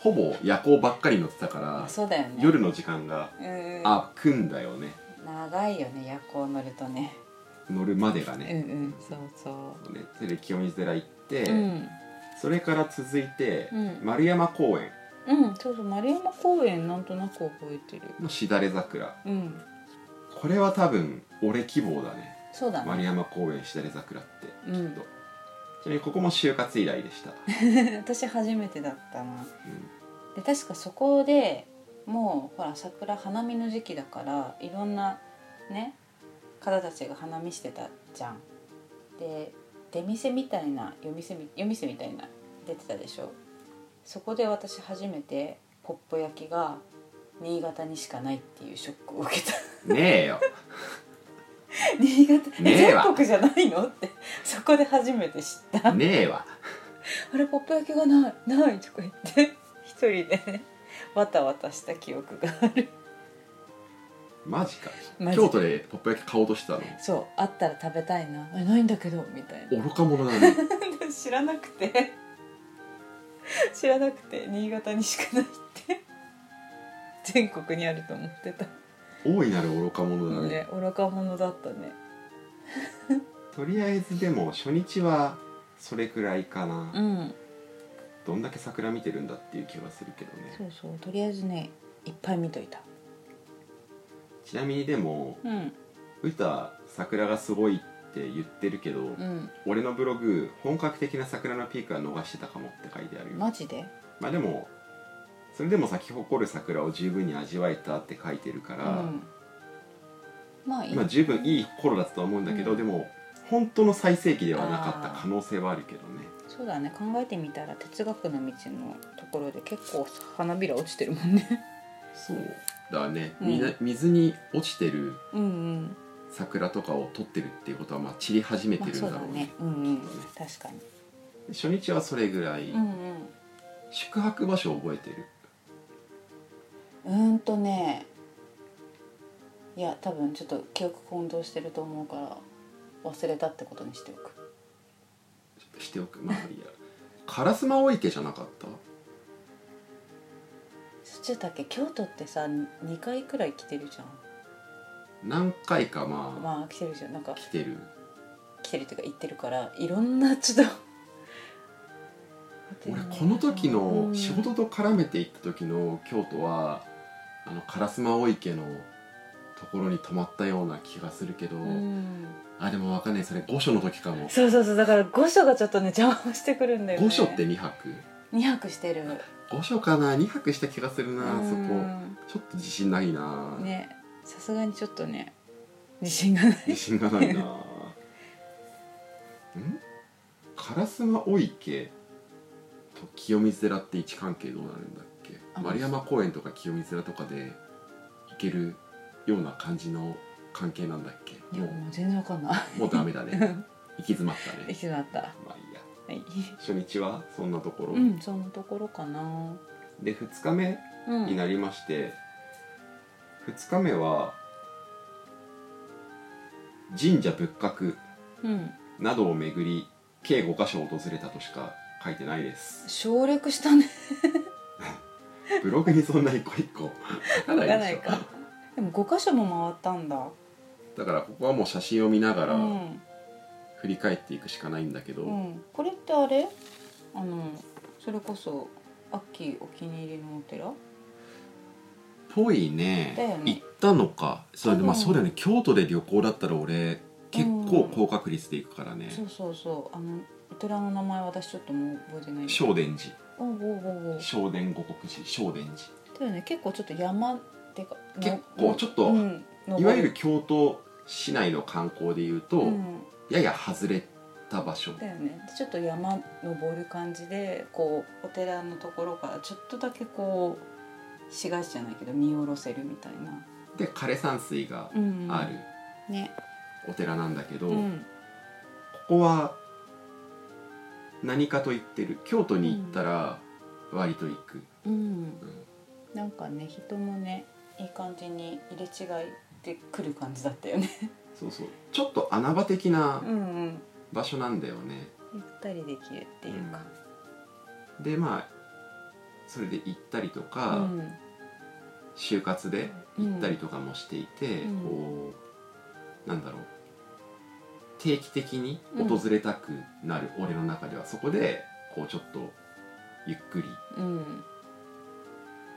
A: ほぼ夜行ばっかり乗ってたから
B: そうだよね
A: 夜の時間が
B: うん
A: あくんだよね
B: 長いよね夜行乗るとね
A: 乗るまでが
B: うん
A: ね,、
B: うんそうそ
A: ねそれで清水寺行って、
B: ううん
A: それから続いて、
B: うん
A: 丸山公園
B: うんそうそう丸山公園なんとなく覚えてる
A: のしだれ桜
B: うん
A: これは多分俺希望だね
B: そうだ
A: 丸
B: ね
A: 山公園しだれ桜って
B: う
A: きっ
B: ん
A: と、ちなみにここも就活以来でした、
B: 私初めてだったな
A: うん
B: で確かそこでもうほら桜花見の時期だからいろんなね方たちが花見してたじゃんで出店みたいな夜店み夜店みたいな出てたでしょそこで私初めてポッポ焼きが新潟にしかないっていうショックを受け
A: [LAUGHS]
B: た
A: ね
B: [LAUGHS]
A: えよ
B: 新潟え
A: ねえわ
B: [LAUGHS] 全国じゃないのってそこで初めて知った
A: ねえわ
B: あれポップ焼きがないないとか言って一人でねわたわたした記憶がある
A: マジか
B: マジ
A: 京都でポップ焼き買おうとしてたの
B: そうあったら食べたいなえないんだけどみたい
A: 愚か者だ
B: [LAUGHS]
A: ね
B: な知らなくて知らなくて新潟にしかないって全国にあると思ってた、
A: 大いなる愚か者だね
B: ね、愚か者だったね
A: とりあえずでも初日はそれくらいかな、
B: ん
A: どんだけ桜見てるんだっていう気はするけどね
B: そうそうとりあえずねいっぱい見といた
E: ちなみにでも
B: うん
E: 歌桜がすごいって言ってるけど、
B: うん
E: 俺のブログ本格的な桜のピークは逃してたかもって書いてあるよ、
B: マジで
E: まあでもそれでも咲き誇る桜を十分に味わえたって書いてるか
B: う
E: ら、
B: んまあいい
E: まあ十分いい頃だったとは思うんだけど、
B: うん
E: でも本当の最盛期ではなかった可能性はあるけどね
B: そうだね考えてみたら哲学の道のところで結構花びら落ちてるもんね
A: そうだね、
B: うん
A: みな水に落ちてる
B: [LAUGHS] うんうん
A: 桜とかを撮ってるっていうことはまあ散り始め
B: ま
A: て
B: あ
A: るん
B: そ
A: だ
B: うだ
A: ろうね,、
B: ねうんうん
A: きっとね
B: 確かに
A: 初日はそれぐらい、
B: うん
A: 宿泊場所覚えてる
B: うんうーんとねいや多分ちょっと記憶混同してると思うから忘れたってことにしておく
A: しておくまあいいや烏丸池じゃなかった
B: そっちだっけ京都ってさ2回くらい来てるじゃん
A: 何回かま
B: [LAUGHS] まあ来てるじゃんなんか
A: あ来てる
B: 来てるっていうか行ってるからいろんなちょっと
A: 俺この時の
B: うん
A: 仕事と絡めていった時の京都はあの烏丸池のところに泊まったような気がするけど、
B: うん
A: あでもわかんないそれ御所の時かも
B: そうそうそうだから御所がちょっとね邪魔をしてくるんだよね
A: 御所って2泊
B: 2泊してる
A: 御所かな2泊した気がするなそこちょっと自信ないな、
B: こねさすがにちょっとね自信がない
A: 自信がないな [LAUGHS] ん烏丸池と清水寺って位置関係どうなるんだっけ
B: あ
A: 丸山公園とか清水寺とかで行けるような感じの関係なんだっけ
B: いや
A: も
B: もう全然わかんない
A: うもうダメ [LAUGHS] だね行き詰ま
B: [LAUGHS]
A: った
B: 行
A: ね
B: きだったは
E: まあいいや
B: い
E: 初日はそんなところ、
B: うんそのところかな
E: で2日目
B: うん
E: になりまして、2日目は神社仏閣
B: うん
E: などを巡り計5箇所訪れたとしか書いてないです
B: 省略したね
E: ブログにそんな一個一個
A: 書か
B: わかんな
A: ない
B: い
A: でしょ
B: か [LAUGHS] でも5箇所も回ったんだ
A: だからここはもう写真を見なが
B: う
A: ら
B: ん、
A: 振り返っていくしかないんだけど、
B: うん、これってあれあのそれこそアッキーお気に入りのお寺
A: ぽいね
B: だよね
A: 行ったのかそう,、ま
B: う
A: あ、
B: ん
A: そうだよね京都で旅行だったら俺結構高確率で行くからね
B: そうそうそうあのお寺の名前私ちょっともう覚えてないけど
E: 正殿寺
B: おうおうおうおう
E: 正殿護国寺正殿寺
B: だよね結構ちょっと山ってか
A: 結構ちょっと、
B: うん、
E: い
B: い
E: わゆる京都市内の観光でいうと、
B: うん、
A: やや外れた場所
B: だよねでちょっと山登る感じでこうお寺のところからちょっとだけこう市街地じゃないけど見下ろせるみたいな、
A: で枯山水が
B: うん
A: ある
B: ね
A: お寺なんだけど、
B: う
A: こ
B: ん
A: こは何かと言ってる京都に行ったら割と行く、
B: うんなんかね人もねいい感じに入れ違いで来る感じだったよね
A: そうそうちょっと穴場的な
B: うんうん
A: 場所なんだよね、
B: ゆったりできるっていうか
A: でまあそれで行ったりとか、
B: うん
A: 就活で行ったりとかもしていて、
B: うん
A: こうなんだろう定期的に訪れたくなる、俺の中ではそこでこうちょっとゆっくり
B: うん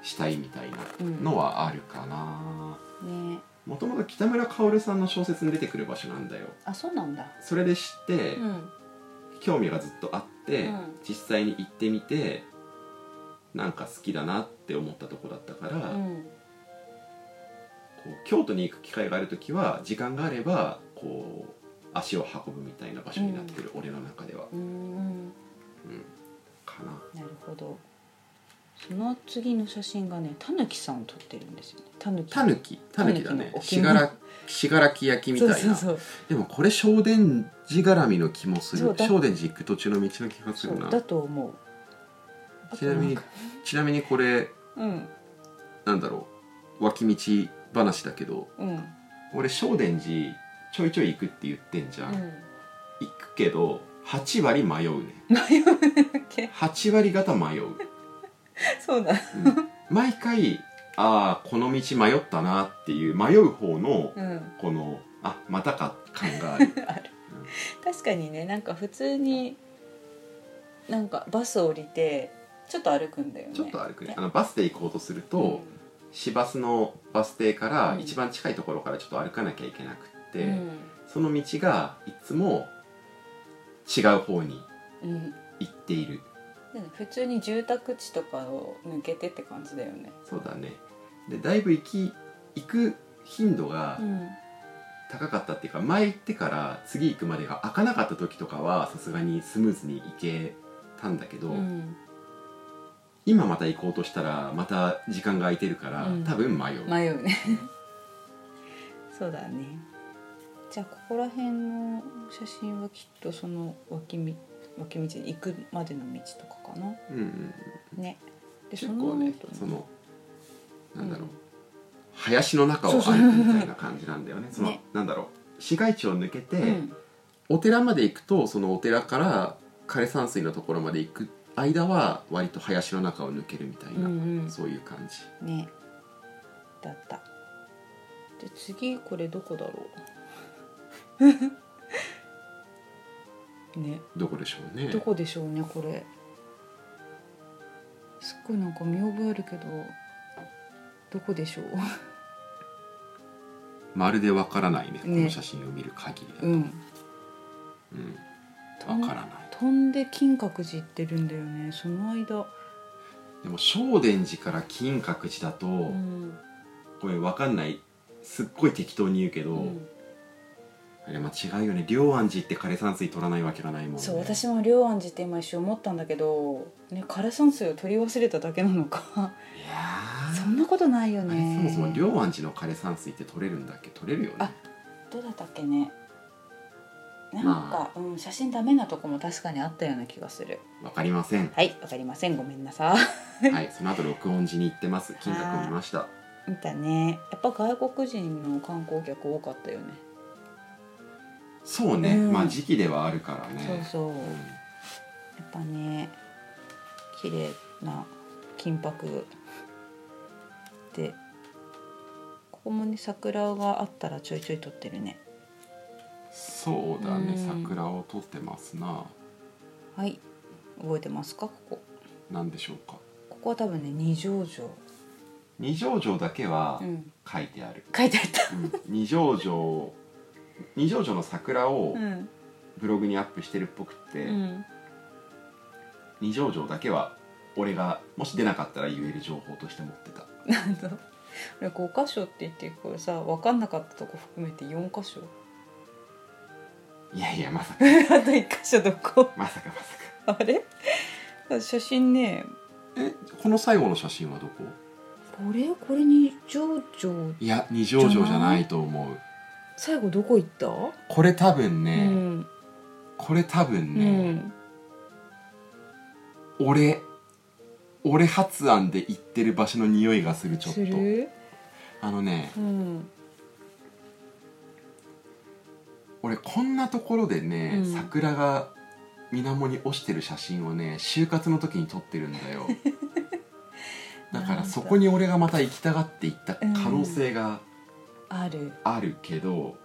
A: したいみたいな
B: うん
A: のはあるかな
B: ね
A: もともと北村薫さんの小説に出てくる場所なんだよ
B: あそうなんだ
A: それで知って、
B: うん
A: 興味がずっとあって、
B: うん
A: 実際に行ってみてなんか好きだなって思ったとこだったから、
B: うん
A: こう京都に行く機会がある時は時間があればこう足を運ぶみたいな場所になってる、俺の中では、
B: うん
A: うん、か
B: な
A: な
B: るほどその次の写真がねたぬきさんを撮ってるんですよねたぬき
A: タヌキタヌキだね
B: 狸の置
A: 信
B: 物
A: 楽信楽焼きみたいな
B: そうそう
A: でもこれ正殿寺絡みの気もす
B: そ
A: る
B: うだ
A: 正殿寺行く途中の道の気がす
B: そうそ
A: る
B: う
A: な
B: だと思うあ
A: ち
B: と
A: なみに
B: んか
A: ちなみにこれ
B: うん
A: なんだろう脇道話だけど
B: うん
A: 俺正殿寺ちょいちょい行くって言ってんじゃん、
B: うん
A: 行くけど8割迷うね
B: 迷う [LAUGHS] け
A: 8割方迷う
B: そうだ
A: 毎回ああこの道迷ったなっていう迷う方の
B: うん
A: このあまたか感があ
B: [LAUGHS]
A: る
B: 確かにねなんか普通になんかバス降りてちょっと歩くんだよね
A: ちょっとあるくねあのバスで行こうとすると、
B: うん
A: 市バスのバス停から
B: うん
A: 一番近いところからちょっと歩かなきゃいけなくって、
B: うん
A: その道がいつも違う方に
B: うん、
A: 行っている
B: 普通に住宅地とかを抜けてって感じだよね。
A: そうだねでだいぶ行き行く頻度が
B: うん、
A: 高かったっていうか、前行ってから次行くまでが開かなかった時とかはさすがにスムーズに行けたんだけど、
B: うん、
A: 今また行こうとしたらまた時間が空いてるから、
B: うん
A: 多分迷う、
B: 迷うね。 [LAUGHS] そうだね。じゃあここら辺の写真はきっとその脇み脇道に行くまでの道とかかな。
A: うんうん、
B: ね。で
A: 結構ね
B: 後に
A: そのなんだろ
B: う
A: う、
B: ん
A: 林の中を歩くみたいな感じなんだよねその
B: ね
A: なんだろう市街地を抜けて、
B: うん
A: お寺まで行くとそのお寺から枯山水のところまで行く間は割と林の中を抜けるみたいな、
B: うん
A: そういう感じ
B: うん、ね。だった。で次これどこだろう。 [LAUGHS] ね。
A: どこでしょうね
B: どこでしょうねこれすっごいなんか見覚えるけどどこでしょう
A: まるでわからないねこ
B: ね
A: の写真を見る限りだと、
B: うん
A: うん
B: と
A: わ
B: ん
A: からない
B: 飛んで金閣寺行ってるんだよねその間
A: でも正殿寺から金閣寺だと、
B: うん、
A: これわかんないすっごい適当に言うけど、
B: うん
A: あれ間違うよね龍安寺って枯山水取らないわけがないもんね
B: そう私も龍安寺って今一瞬思ったんだけどね枯山水を取り忘れただけなのか
A: いやー
B: そんなことないよ
A: あれ
B: ね
A: そもそも龍安寺の枯山水って取れるんだっけ取れるよね
B: あどうだったっけねなんか、
A: ま
B: うん、写真ダメなとこも確かにあったような気がする
A: わかりません
B: はいわかりませんごめんな [LAUGHS] さい
A: はいその後録音寺に行ってます金閣見ました
B: 見たねやっぱ外国人の観光客多かったよね
A: そうね、
B: うん
A: まあ時期ではあるからね
B: そうそうや
A: うん
B: っぱね綺麗な金箔でここもね桜があったらちょいちょい撮ってるね
A: そうだね、
B: うん
A: 桜を撮ってますな
B: はい覚えてますかここ
A: なんでしょうか
B: ここは多分ね二条城、
A: 二条城だけは
B: うん、
A: 書いてある、
B: 書いてあった
A: うん二条城二条城の桜を
B: うん、
A: ブログにアップしてるっぽくって、
B: うん、
A: 二条城だけは俺がもし出なかったら言える情報として持ってた
B: なんだ俺5箇所って言ってこれさ分かんなかったとこ含めて4箇所 [LAUGHS]
A: いやいやまさか
B: あと1箇所どこ
A: まさかまさか
B: あれ写真ね
A: えこの最後の写真はどこ
B: これこれに上場
A: いや二条城じゃないと思う
B: 最後どこ行った、
A: これ多分
B: う
A: ね、
B: ん
A: これ多分
B: う
A: ね、
B: ん
A: 俺俺発案で行ってる場所の匂いがするちょっと
B: する
A: あのね
B: うん
A: 俺こんなところでね、
B: うん
A: 桜が水面に落ちてる写真をね就活の時に撮ってるん
B: [LAUGHS]
A: だよだ
B: な
A: か
B: ん
A: ら
B: だ
A: そこに俺がまた行きたがって行った可能性が
B: ある
A: あるけど、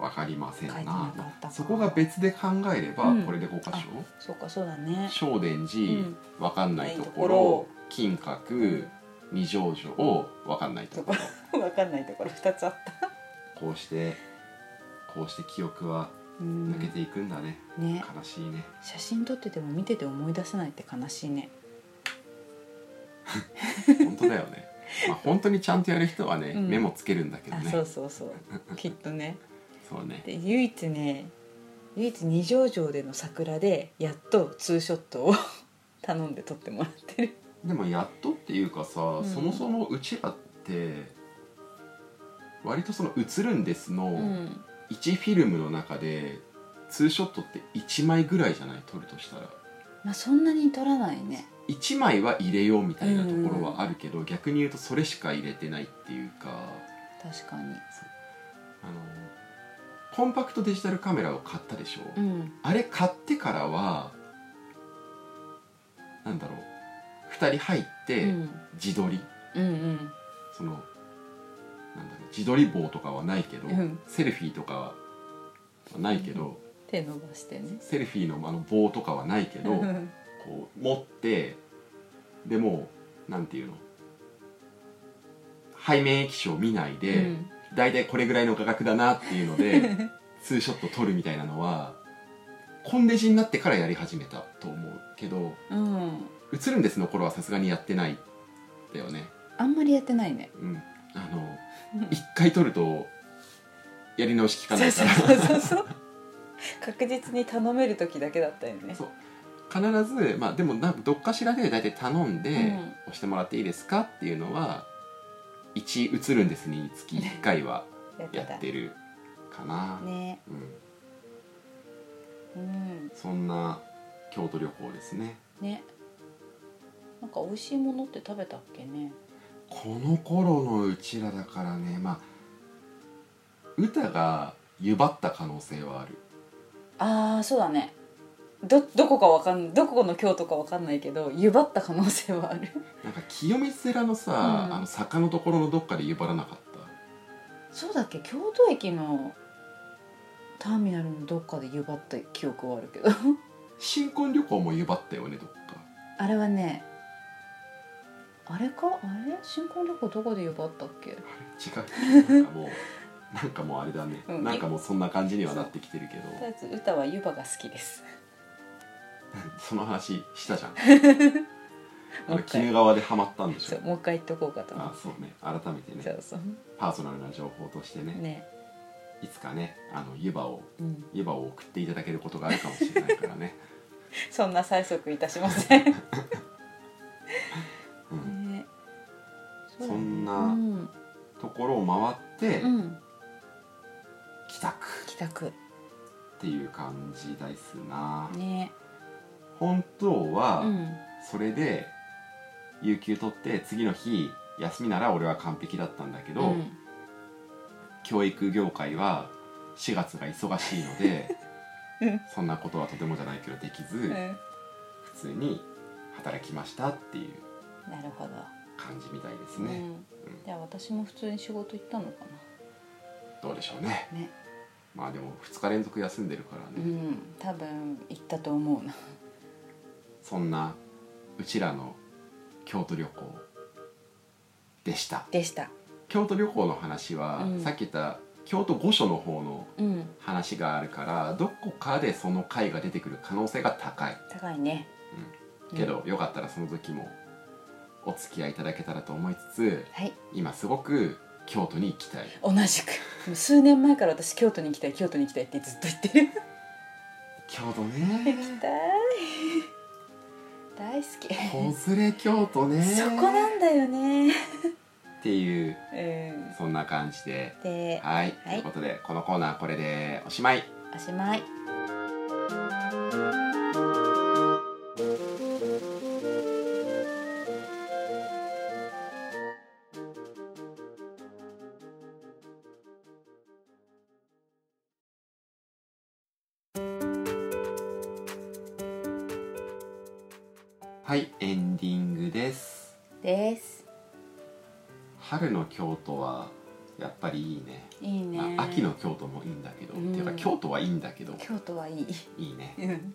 A: わかりません
B: 書いてな
A: な
B: かったか
A: そこが別で考えれば、
B: うん
A: これで5箇
B: そうかそうだね
A: 所正殿寺、
B: うん
A: わかんないところ金閣二条城をわかんないところ
B: 分かんないところ2つあった
A: こうしてこうして記憶は
B: うん
A: 抜けていくんだね、
B: ね
A: 悲しいね
B: 写真撮ってても見てて思い出せないって悲しいね
A: 本当だよ
B: [LAUGHS]
A: ねまあ本当にちゃんとやる人はね、
B: うん
A: メモつけるんだけど
B: あ
A: ね
B: そうそうそうきっとね
A: そうね
B: で唯一ね唯一二条城での桜でやっとツーショットを [LAUGHS] 頼んで撮ってもらってる
A: でもやっとっていうかさ、
B: ん
A: そもそもうちらって割とその「映るんですの」
B: うん
A: 1フィルムの中でツーショットって1枚ぐらいじゃない撮るとしたら
B: まあそんなに撮らないね
A: 1枚は入れようみたいなところはあるけど、逆に言うとそれしか入れてないっていうか
B: 確かに
A: あのコンパクトデジタルカメラを買ったでしょ、
B: うん
A: あれ買ってからはなんだろう2人入って
B: うん
A: 自撮り、
B: うん
A: そのなんだろう自撮り棒とかはないけど、
B: うん
A: セルフィーとかはないけど、
B: 手伸ばしてね
A: セルフィーのあの棒とかはないけど、
B: [LAUGHS]
A: こう持ってでもうなんていうの背面液晶見ないで、
B: うん
A: 大体これぐらいの価格だなっていうの
B: [LAUGHS]
A: でツーショット撮るみたいなのはコンデジになってからやり始めたと思うけど
B: うん
A: 「映るんです」の頃はさすがにやってないんだよね。
B: あんまりやってないね
A: うん、あ
B: [LAUGHS]
A: の
B: うん
A: 一回撮るとやり直し効かないから
B: そうそうそうそう確実に頼める時だけだったよね
A: そう必ずまあでもなんかどっかしらで大体頼んで、
B: うん
A: 押してもらっていいですかっていうのは1映るんですにつき1
B: [LAUGHS]
A: 回は
B: やって
A: や
B: た
A: ってるかな、
B: ね
A: うん、
B: うん
A: そんな京都旅行ですね
B: ねなんか美味しいものって食べたっけね
A: この頃のうちらだからねまあ歌が湯ばった可能性はある
B: ああそうだねどどこかわかんないどこの京都かわかんないけど湯張った可能性はある
A: なんか清水寺のさ、
B: うん
A: あの坂のところのどっかで湯ばらなかった
B: そうだっけ京都駅のターミナルのどっかで湯張った記憶はあるけど
A: 新婚旅行も湯ばったよねどっか
B: あれはねあれかあれ新婚旅行どこで湯張ったっけ
A: 違うなんかもうなんかもうあれだね、
B: うん
A: なんかもうそんな感じにはなってきてるけど
B: とりあえず歌は湯葉が好きです
A: その話し
B: [LAUGHS]
A: たじゃんあ
B: もう
A: の
B: 一回
A: 鬼怒川でハマったんでし
B: そ
A: ょ
B: うもう一回言っとこうかと思
A: あ
B: っ
A: そうね改めて
B: て
A: ね
B: そう
A: パーソナルな情報としてね
B: そうね
A: いつかねあの湯葉を
B: うん
A: 湯葉を送っていただけることがあるかもしれないか
B: [LAUGHS]
A: らね
B: そんな催促いたしませんね
A: う
B: [LAUGHS]
A: ん
B: うだね
A: そんな
B: うん、
A: ところを回って
B: うん、
A: 帰宅
B: 帰宅
A: っていう感じですな
B: ね
A: 本当
B: う
A: は
B: ん
A: それで有給取って次の日休みなら俺は完璧だったんだけど、
B: うん
A: 教育業界は4月が忙しいので
B: [LAUGHS] うん
A: そんなことはとてもじゃないけどできず、
B: うん、
A: 普通に働きましたっていう
B: なるほど、
A: 感じみたいですね、
B: うん、じゃあ私も普通に仕事行ったのか
A: どうでしょうね
B: なね
A: まあでも2日連続休んでるからね、
B: うん多分行ったと思うな
A: そんなうちらの京都旅行でした
B: でした
A: 京都旅行の話は、
B: うん
A: さっき言った京都御所の方の
B: うん
A: 話があるからどこかでその回が出てくる可能性が高い
B: 高いね、うん
A: けど、よかったらその時もお付き合いいただけたらと思いつつ
B: はい
A: 今すごく京都に行きたい
B: 同じくもう数年前から私京都に行きたい京都に行きたいってずっと言ってる
A: 京都
B: 行
A: ね
B: きたい大好き
A: 子連れ京都ね
B: そこなんだよね
A: っていう
B: うん
A: そんな感じで
B: で
A: はい、
B: はい
A: ということでこのコーナーこれでおしまい
B: おしまい
A: はいエンディングです
B: です
A: 春の京都はやっぱりいいね
B: いいね、
A: まあ、秋の京都もいいんだけど、
B: うん
A: っていうか京都はいいんだけど
B: 京都はいい
A: いいね
B: うん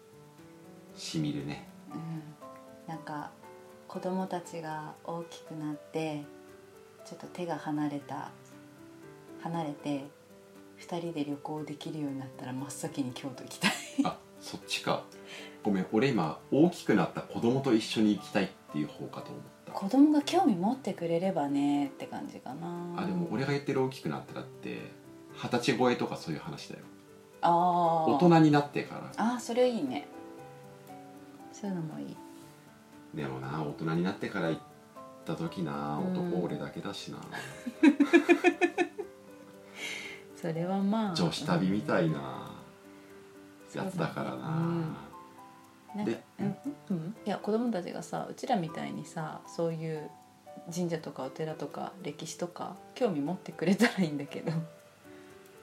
A: しみるね
B: うんなんか子供たちが大きくなってちょっと手が離れた離れて2人で旅行できるようになったら真っ先に京都行きたい [LAUGHS]
A: [LAUGHS] あそっちかごめん俺今大きくなった子供と一緒に行きたいっていう方かと思っ
B: 子供が興味持ってくれればねって感じかな
A: たあでも俺が言ってる大きくなったらって二十歳超えとかそういう話だよ
B: ああ
A: 大人になってから
B: ああそれいいねそういうのもいい
A: でもな大人になってから行った時な
B: う
A: 男
B: ん
A: 俺だけだしな、
B: それはまあ
A: 女子旅みたいなやつだからな、
B: なんか
A: で
B: うんうん、いや子供たちがさうちらみたいにさそういう神社とかお寺とか歴史とか興味持ってくれたらいいんだけど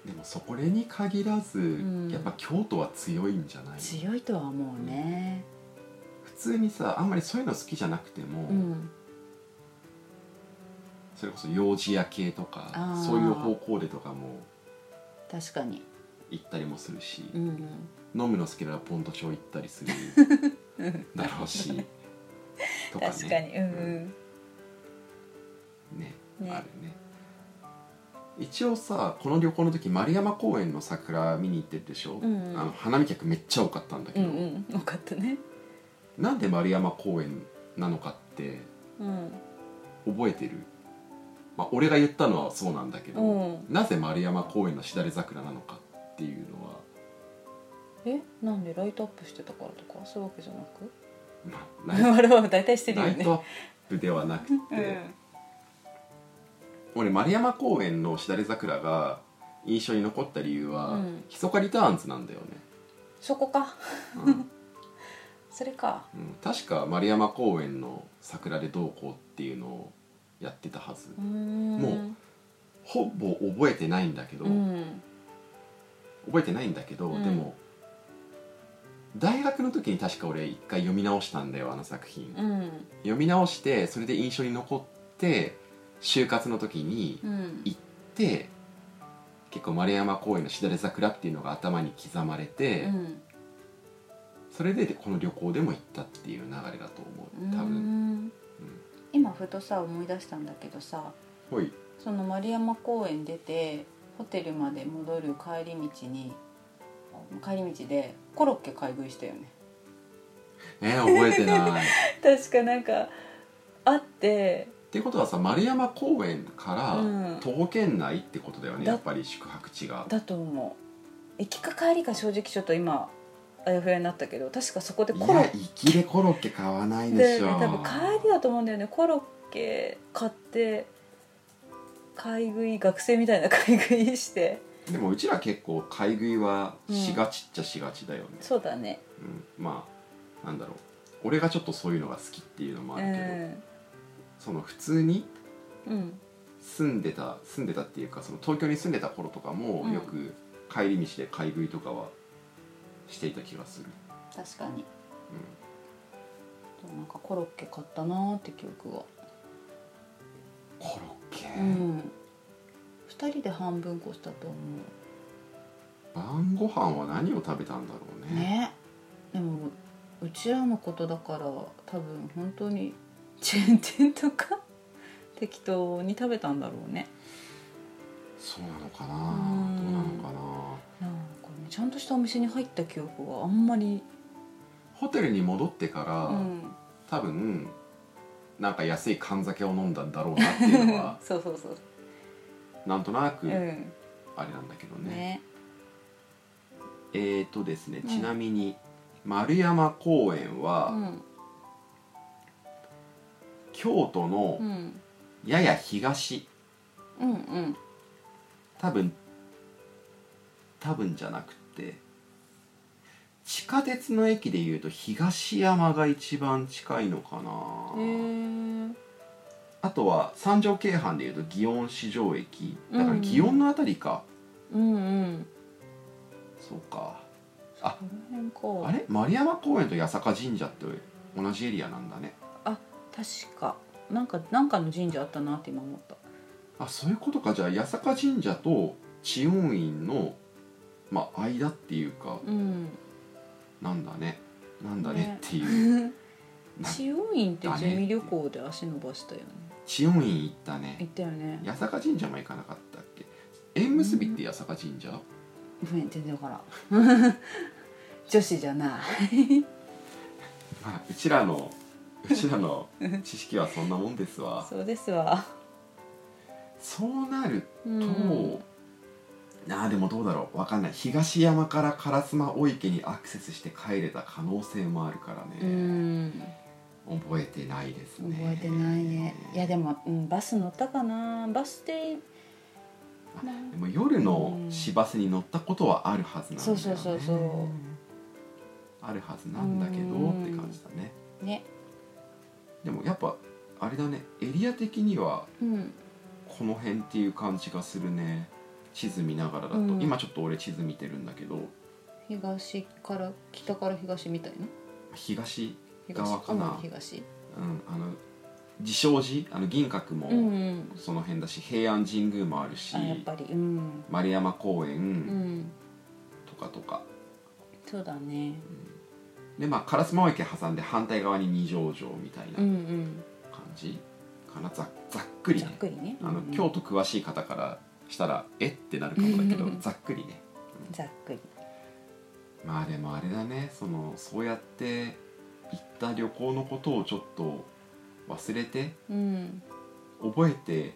A: でもそこれに限らず、
B: ん
A: やっぱ京都は強いんじゃない
B: 強いとは思うね
A: 普通にさあんまりそういうの好きじゃなくても、
B: うん
A: それこそ幼児屋系とか
B: あー
A: そういう方向でとかも
B: 確かに
A: 行ったりもするし、
B: うん
A: 飲むの好きならポンドショー行ったりす
B: [LAUGHS]
A: る
B: うん
A: だ
B: [LAUGHS]
A: ろうしとかね
B: 確かにうん
A: ね
B: ね
E: あるね
A: 一応さこの旅行の時丸山公園の桜見に行ってるでしょ、
B: うんうん
A: あの花見客めっちゃ多かったんだけ
B: う
A: ど、
B: んうんよかったね
A: なんで丸山公園なのかって
B: うん
A: 覚えてる、まあ、俺が言ったのはそうなんだけど、
B: うん
A: なぜ丸山公園のしだれ桜なのかっていうのは
B: えなんでライトアップしてたからとかそういうわけじゃな [LAUGHS] く
A: まあライト
B: 我々は大体してるよ
A: ライ
B: ね
A: トアップではなくて、俺丸山公園のしだれ桜が印象に残った理由は、
B: うん
A: ひそかリターンズな
B: [LAUGHS]
A: んだよね、
B: そこか
A: うん
B: それか
A: うん確か丸山公園の桜でどうこうっていうのをやってたはず、
B: うーん
A: もうほぼ覚えてないんだけど、
B: うん
A: 覚えてないんだけど、
B: うん
A: でも大学の時に確か俺一回読み直したんだよあの作品、
B: うん
A: 読み直してそれで印象に残って就活の時に
B: うん
A: 行って結構丸山公園のしだれ桜っていうのが頭に刻まれて、
B: うん
A: それでこの旅行でも行ったっていう流れだと思う多
B: うー
A: 分、
B: ん今ふとさ思い出したんだけどさ
A: ほい
B: その丸山公園出てホテルまで戻る帰り道に帰り道でコロッケ買い食いしたよね
A: えー覚えてない [LAUGHS] っ
B: [LAUGHS] 確かなんかあって
A: てことはさ丸山公園から
B: ん
A: 徒歩圏内ってことだよね
B: だ
A: やっぱり宿泊地が
B: だと思う行きか帰りか正直ちょっと今あやふやになったけど確かそこでコロ
A: いや
B: ッ
A: 粋でコロッケ買わない
B: ケ
A: で
B: で
A: しょ
B: 多分帰りだと思うんだよねコロッケ買って買い食い学生みたいな買い食いして
A: でもうちら結構買い食いは
B: うん
A: しがちっちゃしがちだよね、
B: そうだね
A: うんまあなんだろう俺がちょっとそういうのが好きっていうのもあ
B: う
A: るけど、
B: ん
A: その普通に
B: うん
A: 住んでた住んでたっていうかその東京に住んでた頃とかも
B: うん
A: よく帰り道で買い食いとかはしていた気がする、
B: 確かになんかコロッケ買ったなーって記憶が
A: コロッケ、
B: うん2人で半分こしたと思
A: 晩ご飯は何を食べたんだろう
B: う
A: ね
B: ねでもうちらのことだから多分本当にチェーン店とか適当に食べたんだろうね
A: そうなのかな
B: うん
A: どうなの
B: なん
A: かな
B: かねちゃんとしたお店に入った記憶があんまり
A: ホテルに戻ってから、
B: うん
A: 多分なんか安い缶酒を飲んだんだろうなっていう
B: [LAUGHS]
A: のは
B: そうそうそう
A: なんとなく
B: うん
A: あ
B: ね
A: れなんだけどね,、えーとですねちなみに丸山公園
B: う
A: は
B: ん
A: 京都
B: う
A: の
B: ん
A: やや東、
B: うんうん
A: 多分多分じゃなくて地下鉄の駅でいうと東山が一番近いのかな、
B: へ
A: あとは三条京阪でいうと祇園四条駅だから
B: うん
A: 祇園のあたりか、
B: えうんうん
A: そうか
B: この辺か
A: あれ丸山公園と八坂神社って同じエリアなんだね
B: 確かなんかなんかの神社あったなって今思った
A: あそういうことかじゃあ八坂神社と知恩院のまあ間っていうか
B: うん
A: なんだねなんだねっていう、
B: 千代院ってゼミ旅行で足伸ばしたよね
A: 知恩院行ったね
B: 行ったよね
A: 八坂神社も行かなかったっけ縁結びって八坂神社、
B: ごめん全然分からん [LAUGHS] 女子じゃない
A: まあうちらのうちらの知識はそんなもんですわ
B: そうですわ
A: そうなる
B: う
A: と、
B: ん
A: ああでもどうだろうわかんない東山から烏丸御池にアクセスして帰れた可能性もあるから
B: う
A: ね、
B: ん
A: 覚えてないですね
B: 覚えてないねいやでも、うん、バス乗ったかなバス停
A: あでも夜の
B: うん
A: 市バスに乗ったことはあるはずなんだよね
B: そうそうそうそう
A: あるはずなんだけど
B: うん
A: って感じだね
B: ね
A: でもやっぱあれだねエリア的には
B: うん
A: この辺っていう感じがするね地図見ながらだと、
B: うん
A: 今ちょっと俺地図見てるんだけど
B: 東から北から東みたいな
A: 東
B: 東
A: 側かな
B: うん東
A: うんあの自称寺あの銀閣
B: うんう
A: も
B: ん
A: その辺だし、平安神宮もあるし
B: あやっぱりうん
A: 丸山公
B: う
A: 園
B: ん
A: とかとか、
B: そうだね
A: でまあ烏丸池挟んで反対側に二条城みたいな
B: うんうん
A: 感じ
E: かなざざっくり
B: ざっ
E: ね
B: くりね
E: あの
C: うん
E: 京都詳しい方からしたらえってなるかもだけど
B: うん
E: ざっくりね
B: ざっくり
A: まあでもあれだねそのそうやって行った旅行のことをちょっと忘れて
B: うん
A: 覚えて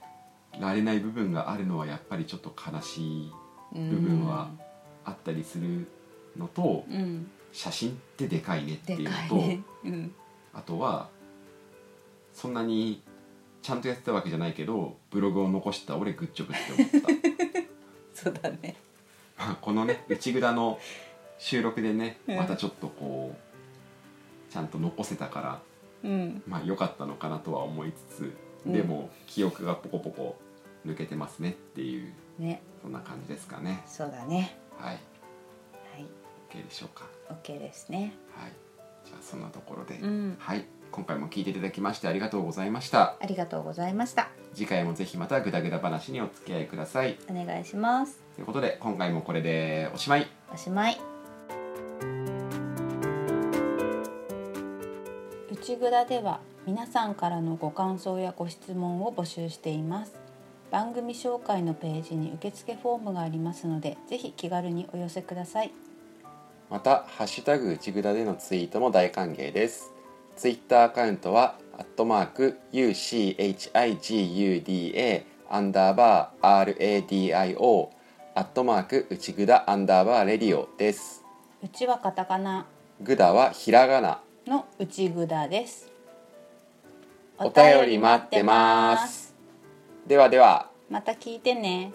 A: られない部分があるのはやっぱりちょっと悲しい
B: 部
A: 分はあったりするのと
B: うん
A: 写真ってでかいねって
B: で
A: いう
B: か
A: の
B: い
A: と、
B: ね [LAUGHS] うん
A: あとはそんなにちゃんとやってたわけじゃないけどブログを残した俺グッチョブって思っ
B: そうだね [LAUGHS]
A: たまあこのね内蔵の収録でね
B: うん
A: またちょっとこうちゃんと残せたから
B: うん
A: まあ良かったのかなとは思いつ
B: う
A: つ
B: ん
A: でも記憶がポコポコ抜けてますねっていう
B: ね
A: そんな感じですかね
B: そうだね
A: はい
B: はい
A: OK でしょうか
B: OK ですね
A: はいじゃあそんなところで、
B: うん
A: はい今回も聞いていただきましてありがとうございました
B: ありがとうございました
A: 次回もぜひまたグダグダ話にお付き合いください
B: お願いします
A: ということで今回もこれでおしまい
B: おしまい内蔵では皆さんからのご感想やご質問を募集しています番組紹介のページに受付フォームがありますのでぜひ気軽にお寄せください
A: また「ハッシュタグうちぐだ」でのツイートも大歓迎ですツイッターアカウントは「アットマーク #UCHIGUDA アンダーバー RADIO」「アットマークうちぐだアンダーバーレディオ」です
B: うちはカタカナ
A: ぐだはひらがな
B: の内蔵です
A: お便り待ってますではでは
B: また聞いてね